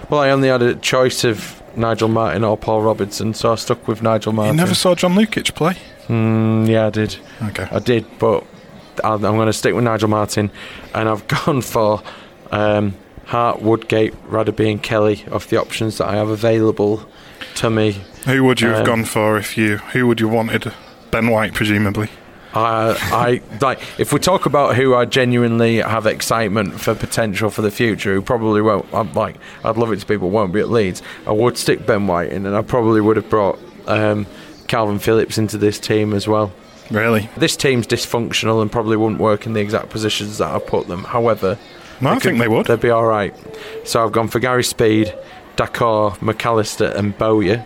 Speaker 4: [LAUGHS] well, I only had a choice of Nigel Martin or Paul Robertson, so I stuck with Nigel
Speaker 5: You
Speaker 4: Martin.
Speaker 5: never saw John Lukic play.
Speaker 4: Mm, yeah, I did.
Speaker 5: Okay.
Speaker 4: I did, but I- I'm going to stick with Nigel Martin, and I've [LAUGHS] gone for um, Hart, Woodgate, Radaby, and Kelly of the options that I have available to me.
Speaker 5: Who would you have
Speaker 4: Um,
Speaker 5: gone for if you? Who would you wanted? Ben White, presumably.
Speaker 4: Uh, I, I like if we talk about who I genuinely have excitement for potential for the future, who probably won't. I'm like, I'd love it to be, but won't be at Leeds. I would stick Ben White in, and I probably would have brought um, Calvin Phillips into this team as well.
Speaker 5: Really?
Speaker 4: This team's dysfunctional and probably wouldn't work in the exact positions that I put them. However,
Speaker 5: No, I think they would.
Speaker 4: They'd be all right. So I've gone for Gary Speed, Dakar, McAllister, and Bowyer.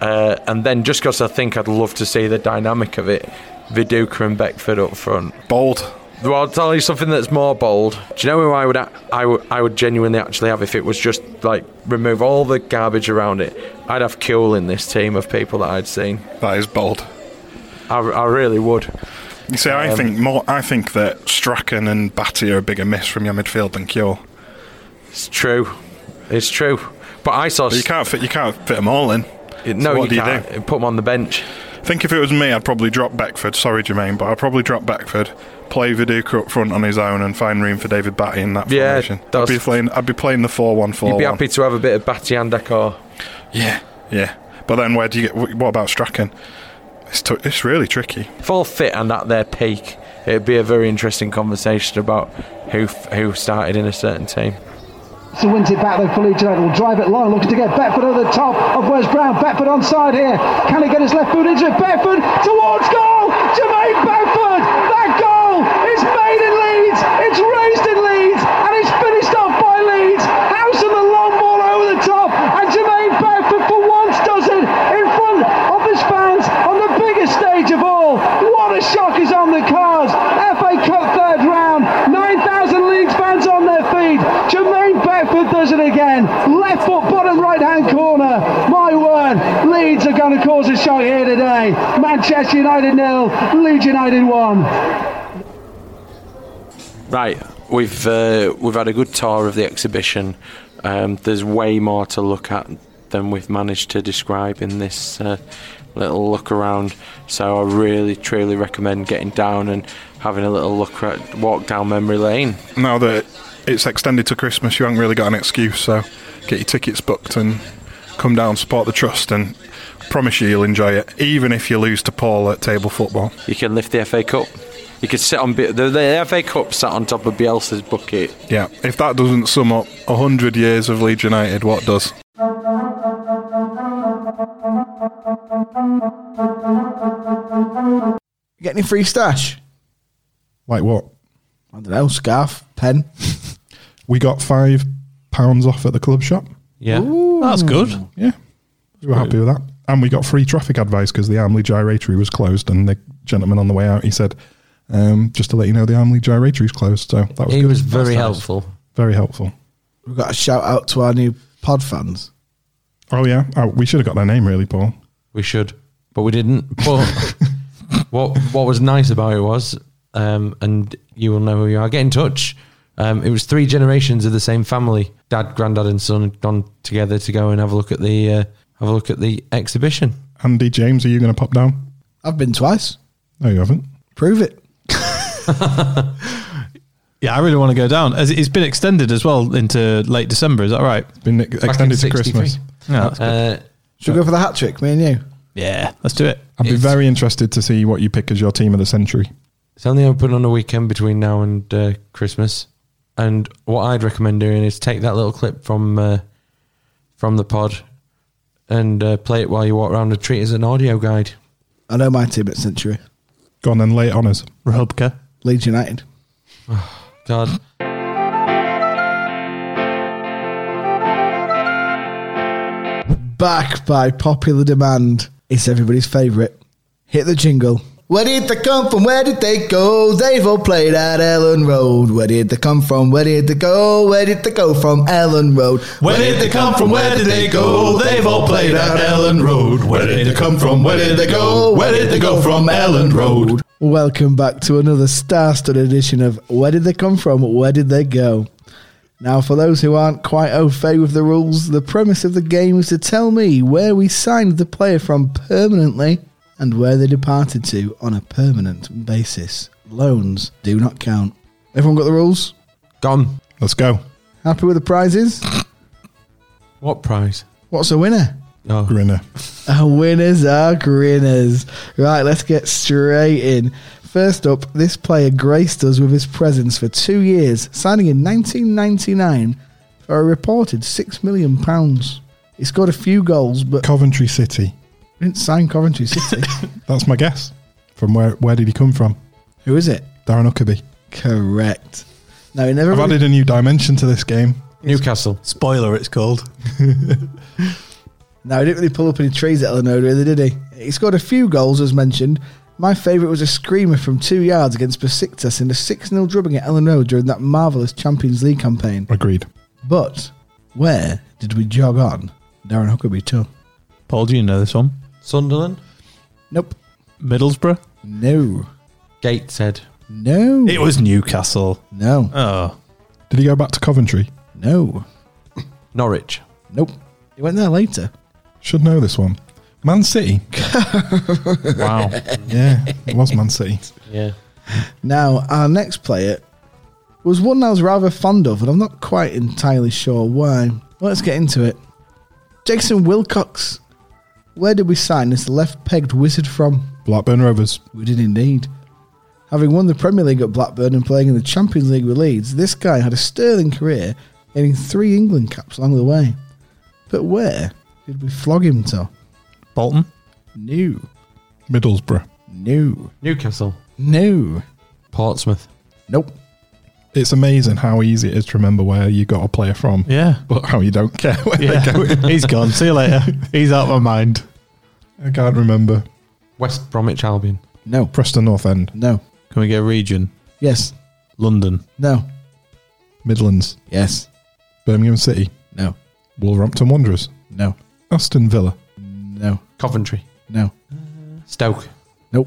Speaker 4: Uh, and then just because I think I'd love to see the dynamic of it, Viduka and Beckford up front.
Speaker 5: Bold.
Speaker 4: Well, I'll tell you something that's more bold. Do you know who I would, a- I would, I would genuinely actually have if it was just like remove all the garbage around it? I'd have Kuhl in this team of people that I'd seen.
Speaker 5: That is bold.
Speaker 4: I, I really would.
Speaker 5: You see,
Speaker 4: Um,
Speaker 5: I think more. I think that Strachan and Batty are a bigger miss from your midfield than Kjol.
Speaker 4: It's true. It's true. But I saw.
Speaker 5: But you can't fit. You can't fit them all in.
Speaker 4: no,
Speaker 5: So what
Speaker 4: you
Speaker 5: do you
Speaker 4: can't. Put them on the bench.
Speaker 5: I think if it was me, I'd probably drop Beckford. Sorry, Jermaine, but I'd probably drop Beckford, play Viduka up front on his own, and find room for David Batty in that
Speaker 4: Yeah,
Speaker 5: formation. I'd
Speaker 4: that's-
Speaker 5: be playing. I'd be playing the four-one-four.
Speaker 4: You'd be happy to have a bit of Batty and Dakar.
Speaker 5: Yeah, yeah. But then where do you get? wh- What about Strachan? It's t- it's really tricky.
Speaker 4: If all fit and at their peak, it'd be a very interesting conversation about who f- who started in a certain team.
Speaker 7: So wins it back though for Leeds United. Will drive it long, looking to get Bedford over the top of Wes Brown. Bedford onside here. Can he get his left foot into it? Bedford towards goal. Jermaine Bedford. That goal is made in Leeds. It's raised in Leeds and it's finished off by Leeds. House and the long ball over the top and Jermaine Bedford for once does it in front of his fans on the biggest stage of all. What a shock is on the cards. FA Cup third round. 9,000 Leeds fans on their feet. Jermaine Beckford does it again. Left foot, bottom right hand corner. My word, Leeds are going to cause a shock here today. Manchester United nil, Leeds United one.
Speaker 4: Right, we've uh, we've had a good tour of the exhibition. Um, there's way more to look at than we've managed to describe in this uh, little look around. So I really, truly recommend getting down and having a little look at walk down memory lane.
Speaker 5: Now that it's extended to Christmas, you haven't really got an excuse. So get your tickets booked and come down, support the trust, and promise you you'll enjoy it, even if you lose to Paul at table football.
Speaker 4: You can lift the FA Cup. You could sit on Bi- the, the FA Cup sat on top of Bielsa's bucket.
Speaker 5: Yeah, if that doesn't sum up hundred years of Leeds United, what does?
Speaker 3: You getting a free stash?
Speaker 10: Like what?
Speaker 3: I don't know, scarf, pen.
Speaker 10: We got five pounds off at the club shop.
Speaker 9: Yeah, that's good.
Speaker 10: Yeah, we were happy with that, and we got free traffic advice because the Armley gyratory was closed, and the gentleman on the way out he said, um, "Just to let you know, the Armley gyratory's closed." So that was
Speaker 11: He
Speaker 10: good.
Speaker 11: was very helpful.
Speaker 10: very helpful.
Speaker 3: We've got a shout out to our new pod fans.
Speaker 10: Oh yeah, oh, we should have got their name really, Paul.
Speaker 11: We should, but we didn't. But what what was nice about it was, um, and you will know who you are. Get in touch.
Speaker 4: Um, it was three generations of the same family. Dad, granddad, and son had gone together to go and have a look at the uh, have a look at the exhibition.
Speaker 5: Andy James, are you going to pop down?
Speaker 3: I've been twice.
Speaker 5: No, you haven't.
Speaker 3: Prove it.
Speaker 6: Yeah, I really want to go down. As it- it's been extended as well into late December. Is that right?
Speaker 5: Been ex-
Speaker 4: Back
Speaker 5: extended
Speaker 4: in
Speaker 5: to Christmas.
Speaker 4: 63.
Speaker 6: Yeah, that's good.
Speaker 4: Uh,
Speaker 3: Should we go for the hat trick, me and you?
Speaker 6: yeah. Let's do it.
Speaker 5: I'd be
Speaker 4: It's-
Speaker 5: very interested to see what you pick as your team of the century.
Speaker 4: It's only open on a weekend between now and uh, Christmas. And what I'd recommend doing is take that little clip from uh, from the pod and uh, play it while you walk around and treat it as an audio guide.
Speaker 3: I know my team at Century.
Speaker 5: Go on then, lay it on us.
Speaker 6: Rahubka.
Speaker 3: Leeds United.
Speaker 4: God,
Speaker 3: Back by popular demand. It's everybody's favourite. Hit the jingle. Where did they come from? Where did they go? They've all played at Ellen Road. Where did they come from? Where did they go? Where did they go from Ellen Road?
Speaker 6: Where did they come from? Where did they go? They've all played at Ellen Road. Where did they come from? Where did they go? Where did they go from Ellen Road?
Speaker 3: Welcome back to another star-studded edition of Where Did They Come From? Where Did They Go? Now, for those who aren't quite au fait with the rules, the premise of the game is to tell me where we signed the player from permanently and where they departed to on a permanent basis. Loans do not count. Everyone got the rules?
Speaker 4: gone.
Speaker 5: Let's go.
Speaker 3: Happy with the prizes?
Speaker 4: What prize?
Speaker 3: What's a winner?
Speaker 4: Oh,
Speaker 5: Grinner.
Speaker 3: Our [LAUGHS] winners are grinners. Right, let's get straight in. First up, this player graced us with his presence for two years, signing in 1999 for a reported £6 million. He scored a few goals, but
Speaker 5: Coventry City.
Speaker 3: didn't sign
Speaker 5: [LAUGHS]
Speaker 3: Coventry City.
Speaker 5: That's my guess. From where where did he come from?
Speaker 3: Who is it?
Speaker 5: Darren Huckabee.
Speaker 3: Correct. No, he never.
Speaker 5: I've
Speaker 3: really-
Speaker 5: added a new dimension to this game.
Speaker 4: Newcastle.
Speaker 6: Spoiler, it's called.
Speaker 3: No, he didn't really pull up any trees at Eleanor, really, did he? He scored a few goals, as mentioned. My favourite was a screamer from two yards against Besiktas in a 6 0 drubbing at Ellen Road during that marvellous Champions League campaign.
Speaker 5: Agreed.
Speaker 3: But where did we jog on? Darren Huckabee, too.
Speaker 6: Paul, do you know this one?
Speaker 4: Sunderland.
Speaker 3: Nope.
Speaker 6: Middlesbrough.
Speaker 3: No.
Speaker 4: Gateshead.
Speaker 3: No.
Speaker 6: It was Newcastle.
Speaker 3: no.
Speaker 6: Oh,
Speaker 5: Did he go back to Coventry?
Speaker 3: No.
Speaker 4: Norwich.
Speaker 3: Nope. He went there later.
Speaker 5: Should know this one. Man City.
Speaker 6: wow.
Speaker 5: Yeah, it was Man City.
Speaker 4: Yeah.
Speaker 3: Now, our next player was one I was rather fond of, and I'm not quite entirely sure why. Well, let's get into it. Jason Wilcox. Where did we sign this left pegged wizard from?
Speaker 5: Blackburn Rovers.
Speaker 3: We did indeed. Having won the Premier League at Blackburn and playing in the Champions League with Leeds, this guy had a sterling career, earning three England caps along the way. But where did we flog him to?
Speaker 6: [LAUGHS] Bolton.
Speaker 3: No,
Speaker 5: Middlesbrough.
Speaker 3: no,
Speaker 4: Newcastle.
Speaker 3: no,
Speaker 4: Portsmouth.
Speaker 3: nope.
Speaker 5: It's amazing how easy it is to remember where you got a player from, [LAUGHS]
Speaker 6: Yeah.
Speaker 5: but how you don't care where they go.
Speaker 6: Yeah. He's gone. [LAUGHS] See you later. He's out of my mind.
Speaker 5: [LAUGHS] I can't remember.
Speaker 4: West Bromwich Albion.
Speaker 3: No,
Speaker 5: Preston North End.
Speaker 3: no,
Speaker 6: Can we get region?
Speaker 3: yes,
Speaker 6: London.
Speaker 3: no,
Speaker 5: Midlands.
Speaker 3: yes,
Speaker 5: Birmingham City.
Speaker 3: no,
Speaker 5: Wolverhampton Wanderers.
Speaker 3: no,
Speaker 5: Aston Villa.
Speaker 3: no,
Speaker 4: Coventry.
Speaker 3: no,
Speaker 4: Stoke. [LAUGHS]
Speaker 3: nope,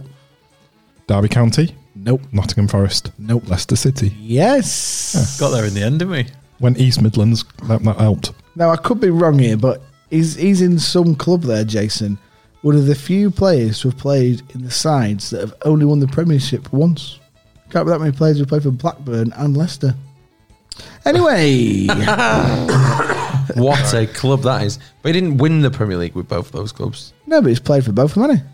Speaker 5: Derby County.
Speaker 3: nope,
Speaker 5: Nottingham Forest.
Speaker 3: nope.
Speaker 5: Leicester City.
Speaker 3: Yes.
Speaker 6: Got there in the end, didn't we?
Speaker 5: Went East Midlands. That, that helped.
Speaker 3: Now I could be wrong here, but he's he's in some club there, Jason. One of the few players to have played in the sides that have only won the Premiership once. Can't be that many players who played for Blackburn and Leicester.
Speaker 5: [LAUGHS]
Speaker 3: Anyway,
Speaker 4: What a club that is. But he didn't win the Premier League with both those clubs.
Speaker 3: no, but he's played for both of them, hasn't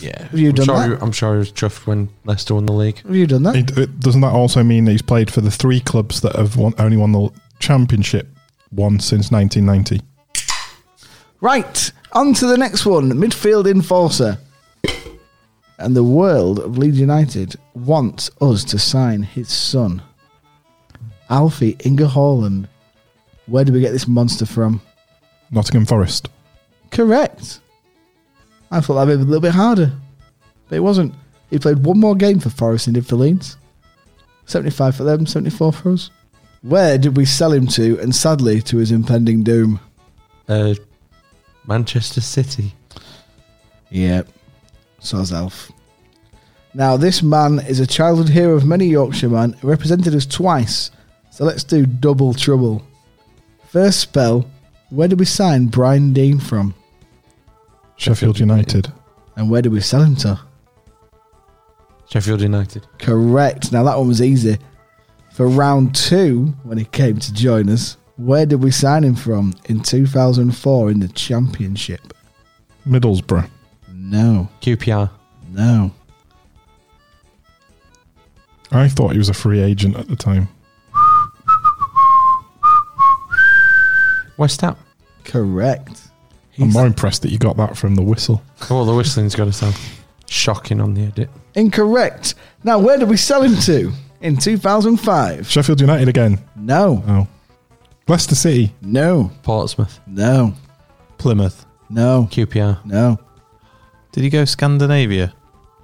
Speaker 3: he?
Speaker 4: Yeah.
Speaker 3: Have you
Speaker 4: I'm
Speaker 3: done
Speaker 4: sure
Speaker 3: that?
Speaker 4: he- I'm sure he was chuffed when Leicester won the league.
Speaker 3: Have you done that?
Speaker 5: It, it- doesn't that also mean that he's played for the three clubs that have won, only won the championship one since 1990?
Speaker 3: Right, on to the next one. Midfield enforcer. And the world of Leeds United wants us to sign his son. Alfie Inga Haaland. Where did we get this monster from?
Speaker 5: Nottingham Forest.
Speaker 3: Correct. I thought that'd be a little bit harder, but it wasn't. He played one more game for Forest and did for Leeds. 75 for them, 74 for us. Where did we sell him to, and sadly to his impending doom?
Speaker 4: Uh, Manchester City.
Speaker 3: Yep. Soz Elf. Now, this man is a childhood hero of many Yorkshiremen, represented us twice So let's do double trouble. First spell, where do we sign Brian Dean from?
Speaker 5: Sheffield United.
Speaker 3: And where do we sell him to?
Speaker 4: Sheffield United.
Speaker 3: Correct. Now that one was easy. For round two, when he came to join us, where did we sign him from in 2004 in the championship?
Speaker 5: Middlesbrough.
Speaker 3: No,
Speaker 4: QPR.
Speaker 3: no.
Speaker 5: I thought he was a free agent at the time.
Speaker 4: West Ham.
Speaker 3: Correct.
Speaker 5: I'm
Speaker 3: He's-
Speaker 5: more impressed that you got that from the whistle.
Speaker 4: Oh, the whistling's got to sound shocking on the edit.
Speaker 3: Incorrect. Now where did we sell him to in 2005?
Speaker 5: Sheffield United again.
Speaker 3: No,
Speaker 5: Oh. Leicester City.
Speaker 3: no,
Speaker 4: Portsmouth.
Speaker 3: no,
Speaker 6: Plymouth.
Speaker 3: no,
Speaker 4: QPR.
Speaker 3: no,
Speaker 6: Did he go Scandinavia?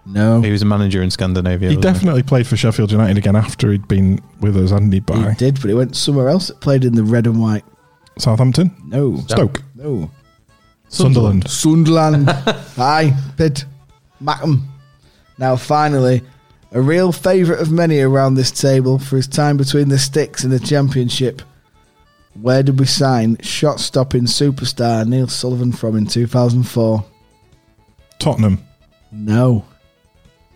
Speaker 3: no.
Speaker 6: He was a manager in Scandinavia.
Speaker 5: He
Speaker 6: wasn't
Speaker 5: definitely played for Sheffield United again after he'd been with us, hadn't he?
Speaker 3: He
Speaker 5: By
Speaker 11: Mm.
Speaker 3: did, but he went somewhere else that played in the red and white.
Speaker 5: Southampton,
Speaker 3: No,
Speaker 5: Stoke,
Speaker 3: no.
Speaker 5: Sunderland.
Speaker 3: Sunderland. Aye, Pitt. Mackham. Now, finally, a real favourite of many around this table for his time between the sticks in the Championship. Where did we sign shot stopping superstar Neil Sullivan from in 2004?
Speaker 5: Tottenham,
Speaker 3: No.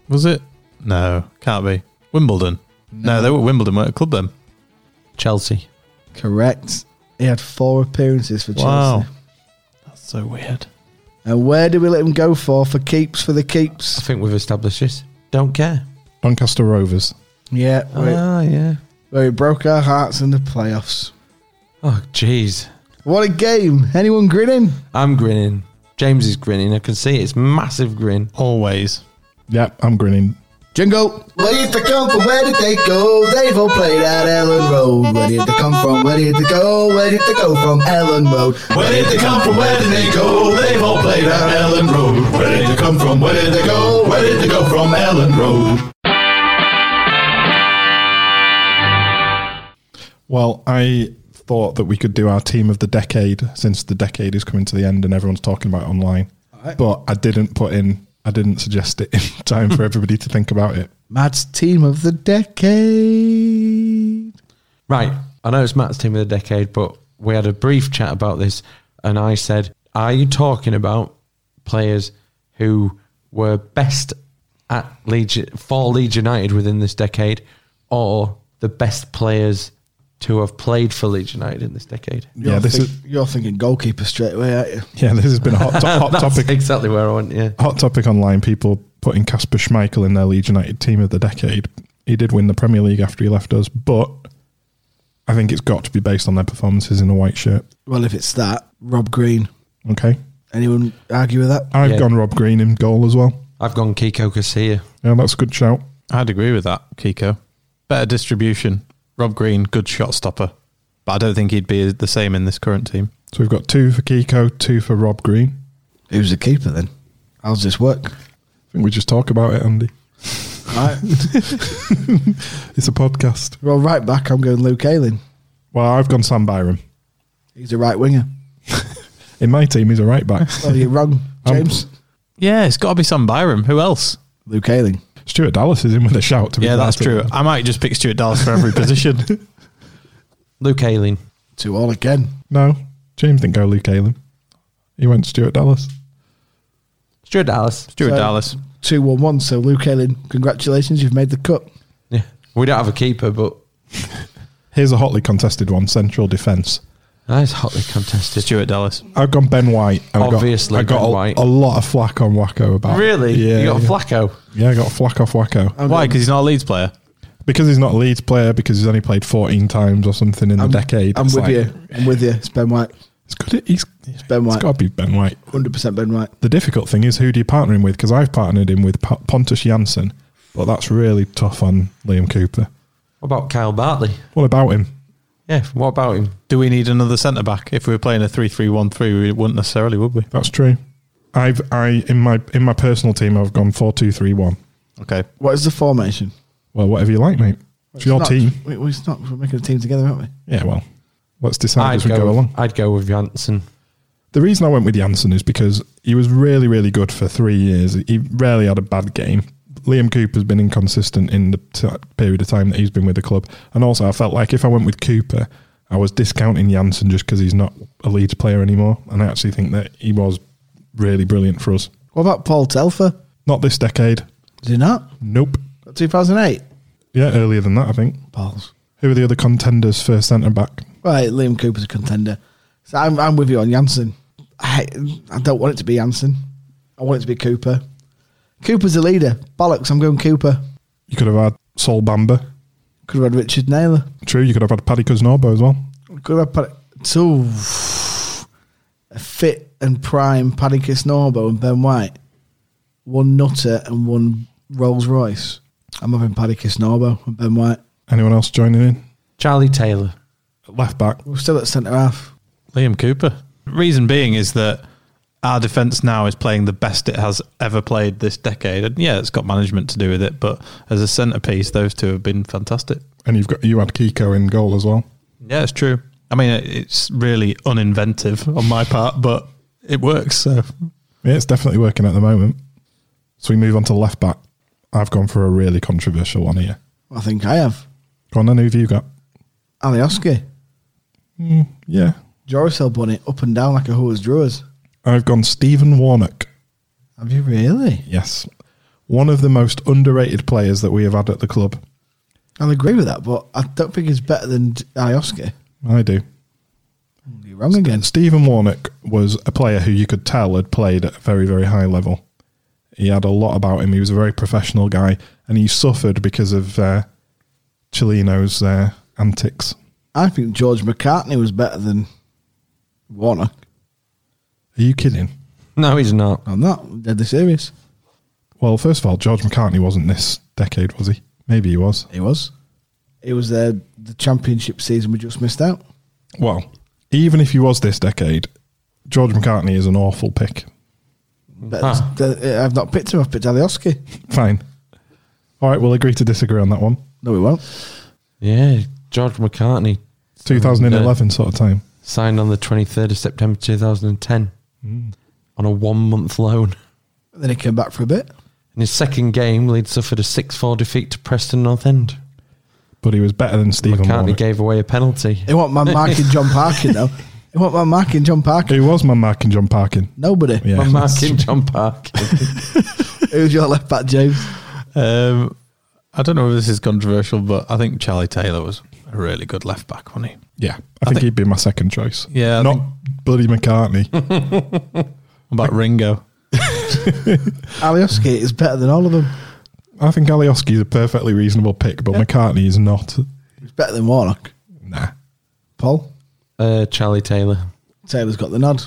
Speaker 6: Was it? No, can't be. Wimbledon. No, they were at Wimbledon. Weren't at club then.
Speaker 4: Chelsea.
Speaker 3: Correct. He had four appearances for Chelsea.
Speaker 6: Wow, that's so weird.
Speaker 3: And where did we let him go for? For keeps, for the
Speaker 4: I
Speaker 3: keeps.
Speaker 4: think we've established this. Don't care.
Speaker 5: Doncaster Rovers.
Speaker 3: Yeah, where,
Speaker 4: Ah, yeah.
Speaker 3: where he broke our hearts in the playoffs.
Speaker 4: Oh, jeez.
Speaker 3: What a game. Anyone grinning?
Speaker 4: I'm grinning. James is grinning. I can see it. It's massive grin.
Speaker 6: Always.
Speaker 5: Yep, I'm grinning.
Speaker 3: Jingle. Where did they come from? Where did they go? They've all played at Ellen Road. Where did they come from? Where did they go? Where did they go from Ellen Road?
Speaker 12: Where did they come from? Where did they go? They've all played at Ellen Road. Where did they come from? Where did they go? Where did they go from Ellen Road?
Speaker 5: Well, I thought that we could do our team of the decade since the decade is coming to the end and everyone's talking about it online. But I didn't put in, I didn't suggest it in [LAUGHS] time for everybody to think about it.
Speaker 3: Matt's team of the decade.
Speaker 4: Right. I know it's Matt's team of the decade, but we had a brief chat about this, and I said, "Are you talking about players who were best at Legion for Leeds United within this decade, or the best players to have played for Leeds United in this decade?"
Speaker 5: yeah, this
Speaker 3: think-
Speaker 5: is
Speaker 3: You're thinking goalkeeper straight away, aren't you?
Speaker 5: yeah, this has been a hot, to-
Speaker 4: [LAUGHS]
Speaker 5: hot
Speaker 4: That's
Speaker 5: topic.
Speaker 4: exactly where I went. Yeah.
Speaker 7: Oh.
Speaker 5: hot topic online. People putting Casper Schmeichel in their Leeds United team of the decade. He did win the Premier League after he left us, but I think it's got to be based on their performances in a white shirt.
Speaker 3: Well, if it's that, Rob Green.
Speaker 5: Okay,
Speaker 3: Anyone argue with that?
Speaker 5: I've
Speaker 4: Yeah.
Speaker 5: gone Rob Green in goal as well.
Speaker 4: I've gone Kiko Casilla.
Speaker 5: Yeah, that's a good shout.
Speaker 6: I'd agree with that, Kiko. Better distribution. Rob Green, good shot stopper. But I don't think he'd be the same in this current team.
Speaker 5: So we've got two for Kiko, two for Rob Green.
Speaker 3: Who's the keeper then? How's this work?
Speaker 5: I think we just talk about it, Andy. [LAUGHS]
Speaker 3: Right.
Speaker 5: It's a podcast.
Speaker 3: well, right back, I'm going Luke Ayling.
Speaker 5: Well, I've gone Sam Byram.
Speaker 3: He's a right winger.
Speaker 5: In my team, he's a
Speaker 4: [LAUGHS]
Speaker 5: right back.
Speaker 3: Well, you're wrong,
Speaker 5: [LAUGHS] Um,
Speaker 3: James.
Speaker 6: Yeah, it's got to be Sam Byram. Who else?
Speaker 3: Luke Ayling.
Speaker 5: Stuart Dallas is in with a shout. To be
Speaker 6: Yeah, that's
Speaker 5: fair
Speaker 6: true.
Speaker 5: to him.
Speaker 6: I might just pick Stuart Dallas for every position.
Speaker 5: [LAUGHS]
Speaker 4: Luke Ayling.
Speaker 3: Two all again.
Speaker 5: No, James didn't go Luke Ayling. He went Stuart Dallas.
Speaker 4: Stuart Dallas.
Speaker 6: Stuart
Speaker 3: So-
Speaker 6: Dallas.
Speaker 3: 2 1 1. So, Luke Ayling, congratulations, you've made the cut.
Speaker 4: Yeah. We don't have a keeper, but
Speaker 5: Here's a hotly contested one: central defence.
Speaker 4: that is hotly contested.
Speaker 6: Stuart Dallas.
Speaker 5: I've gone Ben White. and
Speaker 4: Obviously,
Speaker 5: I got, I got
Speaker 4: Ben
Speaker 5: a,
Speaker 4: White.
Speaker 5: a lot of flack on Wacko about.
Speaker 4: Really?
Speaker 5: Yeah,
Speaker 4: you got
Speaker 5: yeah.
Speaker 4: Flacco.
Speaker 5: Yeah, I got flack off Wacko
Speaker 6: Why? Because he's not a Leeds player.
Speaker 5: because he's not a Leeds player because he's only played 14 times or something in
Speaker 3: I'm-
Speaker 5: the decade.
Speaker 3: I'm
Speaker 5: It's
Speaker 3: with
Speaker 5: like,
Speaker 3: you. I'm with you. It's Ben White.
Speaker 5: It's good. He's it's
Speaker 3: Ben White.
Speaker 5: It's got to be Ben White.
Speaker 3: 100% Ben White.
Speaker 5: The difficult thing is who do you partner him with? Because I've partnered him with pa- Pontus Janssen, but that's really tough on Liam Cooper.
Speaker 4: What about Kyle Bartley?
Speaker 5: What about him?
Speaker 4: Yeah. What about him?
Speaker 6: Do we need another centre back? If we were playing a 3 3 1 3, we wouldn't necessarily, would we?
Speaker 5: That's true. I've I in my in my personal team I've gone four two three one.
Speaker 6: Okay.
Speaker 3: What is the formation?
Speaker 5: Well, whatever you like, mate. It's your
Speaker 3: not,
Speaker 5: team.
Speaker 3: We, we're, not, we're making a team together, aren't we?
Speaker 5: Yeah, well, let's decide as we
Speaker 4: go,
Speaker 5: go
Speaker 4: with,
Speaker 5: along.
Speaker 4: I'd go with Janssen.
Speaker 5: The reason I went with Janssen is because he was really, really good for three years. He rarely had a bad game. Liam Cooper's been inconsistent in the t- period of time that he's been with the club, and also I felt like if I went with Cooper, I was discounting Janssen just because he's not a Leeds player anymore, and I actually think that he was really brilliant for us.
Speaker 3: What about Paul Telfer?
Speaker 5: Not this decade,
Speaker 3: Is he not?
Speaker 5: nope.
Speaker 3: 2008?
Speaker 5: Yeah, earlier than that, I think.
Speaker 3: Paul's.
Speaker 5: Who are the other contenders for centre back?
Speaker 3: Right, Liam Cooper's a contender. So I'm, I'm with you on Janssen. I, I don't want it to be Janssen. I want it to be Cooper. Cooper's a leader. Bollocks, I'm going Cooper.
Speaker 5: You could have had Sol Bamba.
Speaker 3: Could have had Richard Naylor.
Speaker 5: True, you could have had Paddy Cuznorbo as well.
Speaker 3: Could have had Paddy. So, a fit and prime Paddy Kisnorbo and Ben White. One Nutter and one Rolls Royce. I'm having Paddy Kisnorbo and Ben White.
Speaker 5: Anyone else joining in?
Speaker 13: Charlie Taylor.
Speaker 5: Left back.
Speaker 3: We're still at centre half.
Speaker 6: Liam Cooper. Reason being is that our defence now is playing the best it has ever played this decade. And yeah, it's got management to do with it, but as a centrepiece, those two have been fantastic.
Speaker 5: And you've got you had Kiko in goal as well.
Speaker 6: Yeah, it's true. I mean, it- it's really uninventive on my part, but it works. So
Speaker 5: Yeah, it's definitely working at the moment. So we move on to left back. I've gone for a really controversial one here.
Speaker 3: I think I have.
Speaker 5: Go on then, who've you got?
Speaker 3: Alioski.
Speaker 5: Yeah.
Speaker 3: Jorisel bunny up and down like a whore's drawers.
Speaker 5: I've gone Stephen Warnock.
Speaker 3: Have you really?
Speaker 5: Yes. One of the most underrated players that we have had at the club.
Speaker 3: I'll agree with that, but I don't think it's better than Alioski.
Speaker 5: I do.
Speaker 3: You're wrong again.
Speaker 5: Stephen Warnock was a player who you could tell had played at a very, very high level. He had a lot about him. He was a very professional guy, and he suffered because of uh, Chilino's uh, antics.
Speaker 3: I think George McCartney was better than Warner.
Speaker 5: Are you kidding?
Speaker 13: No, he's not.
Speaker 3: I'm not deadly serious.
Speaker 5: Well, first of all, George McCartney wasn't this decade, was he? Maybe he was.
Speaker 3: He was. It was uh, the championship season we just missed out.
Speaker 5: Well, even if he was this decade, George McCartney is an awful pick.
Speaker 3: But
Speaker 13: Ah.
Speaker 3: th- I've not picked him. I've picked Alioski.
Speaker 5: Fine. All right, we'll agree to disagree on that one.
Speaker 3: No, we won't.
Speaker 13: Yeah, George McCartney
Speaker 5: 2011 sort of time.
Speaker 13: signed on the 23rd of September 2010
Speaker 5: Mm.
Speaker 13: on a one month loan.
Speaker 3: Then he came back for a bit.
Speaker 13: In his second game, Leeds suffered a 6 4 defeat to Preston North End.
Speaker 5: But he was better than Stephen
Speaker 13: McCartney
Speaker 5: Warnock.
Speaker 13: gave away a penalty.
Speaker 3: He want man marking John Parkin though. He want man marking John
Speaker 5: He
Speaker 3: Parkin.
Speaker 5: was man marking John Parkin.
Speaker 3: Nobody.
Speaker 13: [LAUGHS]
Speaker 5: Yeah.
Speaker 13: By marking John Park. [LAUGHS]
Speaker 3: Who's your left back, James?
Speaker 6: um, I don't know if this is controversial, but I think Charlie Taylor was a really good left back, wasn't he?
Speaker 5: Yeah, I, think,
Speaker 6: think-
Speaker 5: he'd be my second choice.
Speaker 6: Yeah, I
Speaker 5: not
Speaker 6: think-
Speaker 5: bloody McCartney.
Speaker 6: What about Ringo?
Speaker 3: Alioski is better than all of them.
Speaker 5: I think Alioski is a perfectly reasonable pick, but McCartney is not.
Speaker 3: He's better than Warnock.
Speaker 5: Nah,
Speaker 3: Paul
Speaker 13: uh, Charlie Taylor.
Speaker 3: Taylor's got the nod.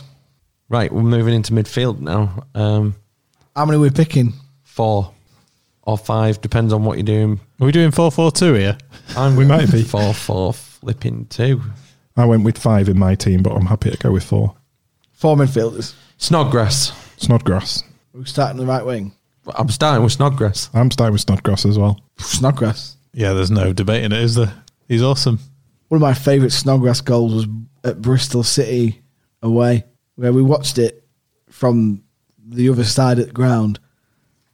Speaker 13: Right, we're moving into midfield now. Um,
Speaker 3: How many we're picking?
Speaker 13: four or five, depends on what you're doing.
Speaker 6: Are we doing 4 4 2 here?
Speaker 13: I'm
Speaker 5: We
Speaker 13: [LAUGHS]
Speaker 5: might be.
Speaker 13: four four flipping two.
Speaker 5: I went with five in my team, but I'm happy to go with four.
Speaker 3: Four midfielders.
Speaker 13: Snodgrass.
Speaker 5: Snodgrass.
Speaker 3: We're starting the right wing.
Speaker 13: I'm starting with Snodgrass.
Speaker 5: I'm starting with Snodgrass as well.
Speaker 3: Snodgrass.
Speaker 6: Yeah, there's no debating it, is there? He's awesome.
Speaker 3: One of my favourite Snodgrass goals was at Bristol City away, where we watched it from the other side of the ground.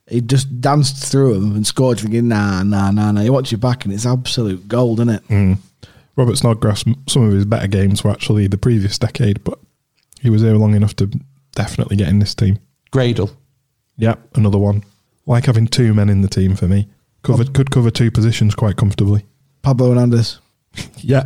Speaker 3: He just danced through them and scored, thinking, nah, nah, nah, nah. You watch it back and it's absolute gold, isn't it?
Speaker 5: Robert Snodgrass. m- Some of his better games were actually the previous decade, but he was here long enough to definitely get in this team.
Speaker 13: Gradle.
Speaker 5: Yeah, another one. Like having two men in the team for me. Covered could cover two positions quite comfortably.
Speaker 3: Pablo Hernandez.
Speaker 5: Yeah,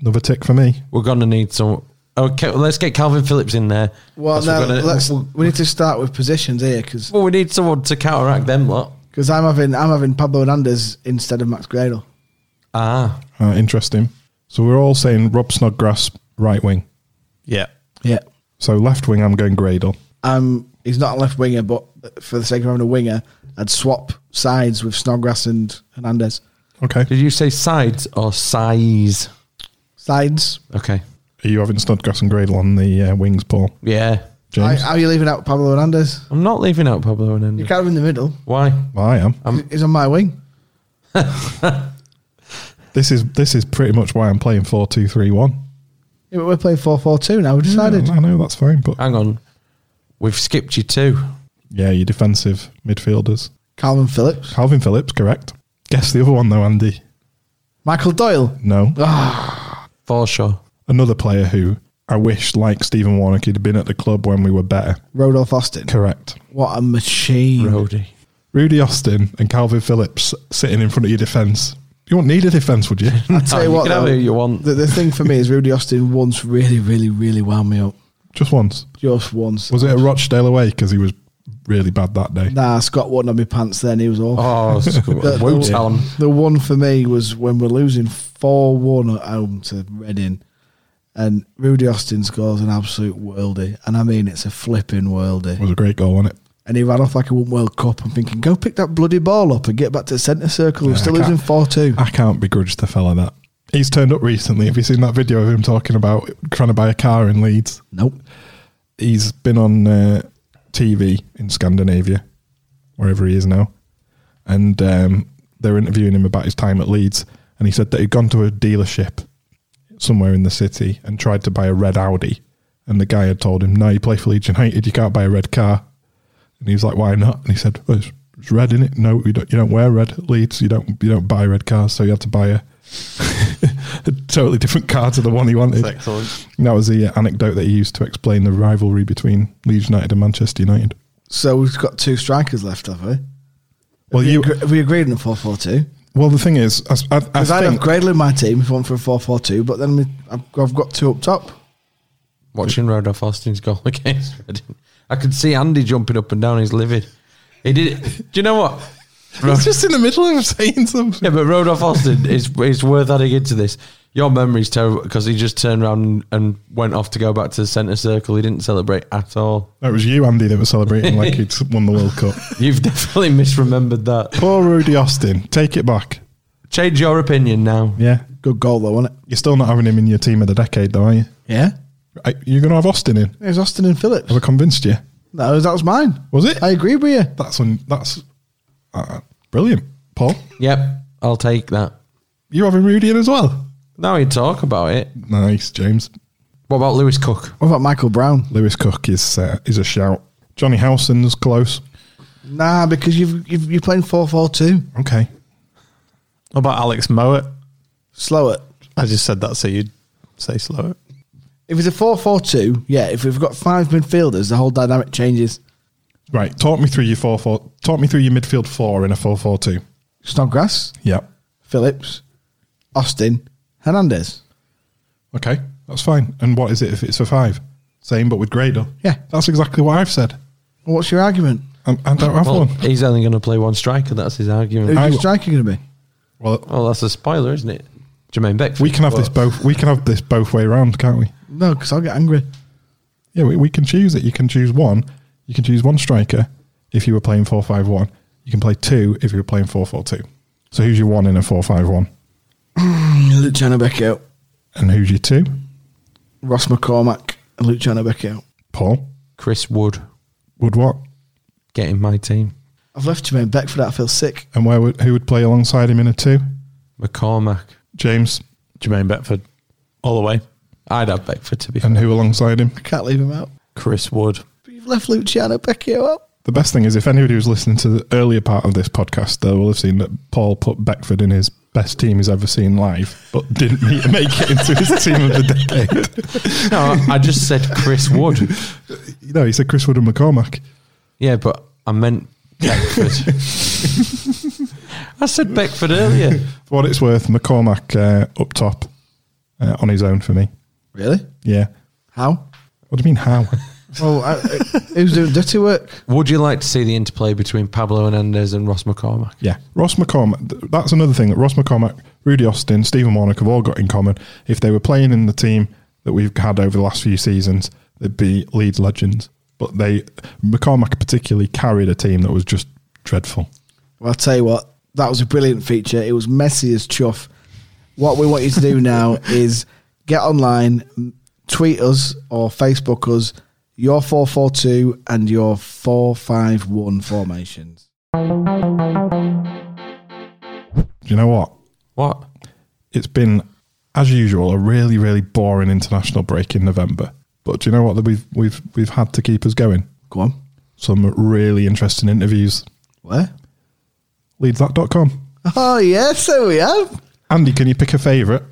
Speaker 5: another tick for me.
Speaker 13: We're going to need some. Okay, well, let's get Calvin Phillips in there.
Speaker 3: Well,
Speaker 13: That's what
Speaker 3: no,
Speaker 13: we're gonna-
Speaker 3: let's, we need to start with positions here because
Speaker 13: Well, we need someone to counteract them lot.
Speaker 3: because I'm having I'm having Pablo Hernandez instead of Max Gradle.
Speaker 13: Ah,
Speaker 5: Uh, interesting. So we're all saying Rob Snodgrass, right wing.
Speaker 6: Yeah.
Speaker 3: Yeah,
Speaker 5: So left wing, I'm going Gradle.
Speaker 3: um, he's not a left winger, but for the sake of having a winger, I'd swap sides with Snodgrass and Hernandez.
Speaker 5: Okay.
Speaker 13: did you say sides or size?
Speaker 3: Sides.
Speaker 13: Okay.
Speaker 5: Are you having Snodgrass and Gradle on the uh, wings, Paul?
Speaker 13: Yeah.
Speaker 3: How,
Speaker 5: James?
Speaker 3: how are you leaving out Pablo Hernandez?
Speaker 13: I'm not leaving out Pablo
Speaker 3: You
Speaker 13: Hernandez.
Speaker 3: can't have him in the middle.
Speaker 13: Why?
Speaker 5: Well, I am.
Speaker 3: he's on my wing.
Speaker 5: This is this is pretty much why I'm playing four two three one.
Speaker 3: Yeah, but we're playing 4 4 2 now. We decided.
Speaker 5: I know that's fine, but
Speaker 13: Hang on. We've skipped you two.
Speaker 5: yeah, your defensive midfielders.
Speaker 3: Calvin Phillips,
Speaker 5: Calvin Phillips, correct. Guess the other one though, Andy.
Speaker 3: Michael Doyle.
Speaker 5: No.
Speaker 13: For sure.
Speaker 5: Another player who I wish, like Stephen Warnock, he'd been at the club when we were better.
Speaker 3: Rodolph Austin.
Speaker 5: Correct.
Speaker 3: What a machine.
Speaker 5: Mm.
Speaker 13: Brody.
Speaker 5: Rudy Austin and Calvin Phillips sitting in front of your defence. You wouldn't need a defence, would you?
Speaker 3: I'll tell you
Speaker 13: you
Speaker 3: what,
Speaker 13: can have
Speaker 3: though,
Speaker 13: who you want.
Speaker 3: The, the thing for me is Rudy Austin once really, really, really wound me up.
Speaker 5: Just once.
Speaker 3: Just once.
Speaker 5: Was it at Rochdale away? Because he was really bad that day.
Speaker 3: Nah, Scott wasn't on my pants then. He was awful.
Speaker 13: Oh,
Speaker 3: [LAUGHS] The-
Speaker 13: won't
Speaker 3: the-
Speaker 13: tell him.
Speaker 3: The one for me was when we're losing 4 1 at home to Reading, and Rudy Austin scores an absolute worldie. And I mean, it's a flipping
Speaker 5: It
Speaker 3: worldie.
Speaker 5: was a great goal, wasn't it?
Speaker 3: And he ran off like he won World Cup. I'm thinking, go pick that bloody ball up and get back to the centre circle. We're
Speaker 5: Yeah,
Speaker 3: still
Speaker 5: I
Speaker 3: losing
Speaker 5: can't-
Speaker 3: 4 2.
Speaker 5: I can't begrudge the fella that. He's turned up recently. Have you seen that video of him talking about trying to buy a car in Leeds?
Speaker 3: Nope.
Speaker 5: He's been on uh, TV in Scandinavia, wherever he is now, and um, they're interviewing him about his time at Leeds. And he said that he'd gone to a dealership somewhere in the city and tried to buy a red Audi, and the guy had told him, "No, you play for Leeds United. You can't buy a red car." And he was like, "Why not?" And he said, well, it's, "It's red in it. No, you don't. You don't wear red at Leeds. You don't. You don't buy red cars. So you had to buy a, [LAUGHS] a totally different car to the one he wanted."
Speaker 6: excellent.
Speaker 5: And that was the anecdote that he used to explain the rivalry between Leeds United and Manchester United.
Speaker 3: So we've got two strikers left, have we?
Speaker 5: Well,
Speaker 3: we
Speaker 5: you.
Speaker 3: agree- have we agreed on a 4 4 2?
Speaker 5: Well, the thing is, I, I, I
Speaker 3: Because I'd have
Speaker 5: think
Speaker 3: Gradley in my team if I went for a 4 4 2, but then we, I've, I've got two up top.
Speaker 13: Watching Rodolph Austin's [LAUGHS] goal against Reading, I could see Andy jumping up and down. He's livid. He did. Do you know
Speaker 6: [LAUGHS]
Speaker 13: what?
Speaker 5: he's just in the middle of saying something.
Speaker 13: [LAUGHS] Yeah, but Rodolph Austin is is worth adding into this. Your memory's terrible because he just turned around and went off to go back to the centre circle. He didn't celebrate at all.
Speaker 5: [LAUGHS] That was you, Andy, that was celebrating [LAUGHS] like he'd won the World Cup.
Speaker 13: You've [LAUGHS] definitely misremembered that.
Speaker 5: Poor Rudy Austin. Take it back.
Speaker 13: Change your opinion now.
Speaker 5: Yeah.
Speaker 3: Good goal, though, wasn't
Speaker 5: You're still not having him in your team of the decade, though, are you?
Speaker 3: it? Yeah.
Speaker 5: Are- You're going to have Austin in.
Speaker 3: It was Austin and Phillips.
Speaker 5: Have I convinced you?
Speaker 3: That was, that was mine.
Speaker 5: Was it?
Speaker 3: I agree with you.
Speaker 5: That's un- that's uh, brilliant, Paul.
Speaker 13: Yep, I'll take that.
Speaker 5: You're having Rudy in as well.
Speaker 13: Now you talk about it.
Speaker 5: Nice, James.
Speaker 13: What about Lewis Cook?
Speaker 3: What about Michael Brown?
Speaker 5: Lewis Cook is uh, is a shout. Johnny Howson's close.
Speaker 3: Nah, because you've, you've you're playing four four two.
Speaker 5: Okay.
Speaker 6: What about Alex Mowat?
Speaker 3: Slow it.
Speaker 6: I just said that so you'd say slow it.
Speaker 3: If it's a four four two, yeah. If we've got five midfielders, the whole dynamic changes.
Speaker 5: Right. Talk me through your four four. Talk me through your midfield four in a four four two.
Speaker 3: Snodgrass,
Speaker 5: Yeah.
Speaker 3: Phillips, Austin, Hernandez.
Speaker 5: Okay. That's fine. And what is it if it's a five? Same, but with Gradle.
Speaker 3: Yeah.
Speaker 5: That's exactly what I've said.
Speaker 3: What's your argument?
Speaker 5: I, I don't have
Speaker 13: Well,
Speaker 5: one.
Speaker 13: he's only going to play one striker. That's his
Speaker 3: Who's
Speaker 13: argument.
Speaker 5: I-
Speaker 3: your striker going to be?
Speaker 5: Well,
Speaker 13: Well, that's a spoiler, isn't it? Jermaine Beckford.
Speaker 5: we can have this both. We can have this both way round, can't we?
Speaker 3: No, because I'll get angry.
Speaker 5: Yeah, we, we can choose it. You can choose one. You can choose one striker if you were playing four five one. You can play two if you were playing four four two. So who's your one in a four five one,
Speaker 3: Luciano Becchio,
Speaker 5: and who's your two?
Speaker 3: Ross McCormack, and Luciano Becchio.
Speaker 5: Paul
Speaker 13: Chris Wood
Speaker 5: would what?
Speaker 13: getting my team.
Speaker 3: I've left Jermaine Beckford out. I feel sick.
Speaker 5: And where would who would play alongside him in a two?
Speaker 13: McCormack.
Speaker 5: James
Speaker 6: Jermaine Betford, all the way.
Speaker 13: I'd have Beckford to be.
Speaker 5: and who alongside him?
Speaker 3: I can't leave him out.
Speaker 6: Chris Wood.
Speaker 3: But you've left Luciano Becchio out.
Speaker 5: The best thing is if anybody was listening to the earlier part of this podcast, they will have seen that Paul put Beckford in his best team he's ever seen live, but didn't [LAUGHS] meet, make it into his team of the decade.
Speaker 13: No, I just said Chris Wood.
Speaker 5: You know, he said Chris Wood and McCormack.
Speaker 13: Yeah, but I meant Beckford. I said Beckford earlier.
Speaker 5: For what it's worth, McCormack uh, up top uh, on his own for me.
Speaker 3: Really?
Speaker 5: Yeah.
Speaker 3: How?
Speaker 5: What do you mean how?
Speaker 3: Well, I, [LAUGHS] I- who's doing dirty work?
Speaker 13: Would you like to see the interplay between Pablo Hernandez and Ross McCormack?
Speaker 5: yeah. Ross McCormack. th- That's another thing that Ross McCormack, Rudy Austin, Stephen Warnock have all got in common. If they were playing in the team that we've had over the last few seasons, they'd be Leeds legends. But they, McCormack particularly carried a team that was just dreadful.
Speaker 3: Well, I'll tell you what, that was a brilliant feature. It was messy as chuff. What we want you to [LAUGHS] do now is get online, m- tweet us or Facebook us your 442 and your 451 formations.
Speaker 5: Do you know what?
Speaker 13: What?
Speaker 5: It's been, as usual, a really, really boring international break in November. But do you know what that we've we've we've had to keep us going?
Speaker 3: Go on.
Speaker 5: Some really interesting interviews.
Speaker 3: Where?
Speaker 5: leadsthat.com.
Speaker 3: Oh, yeah, so we have.
Speaker 5: Andy, can you pick a favourite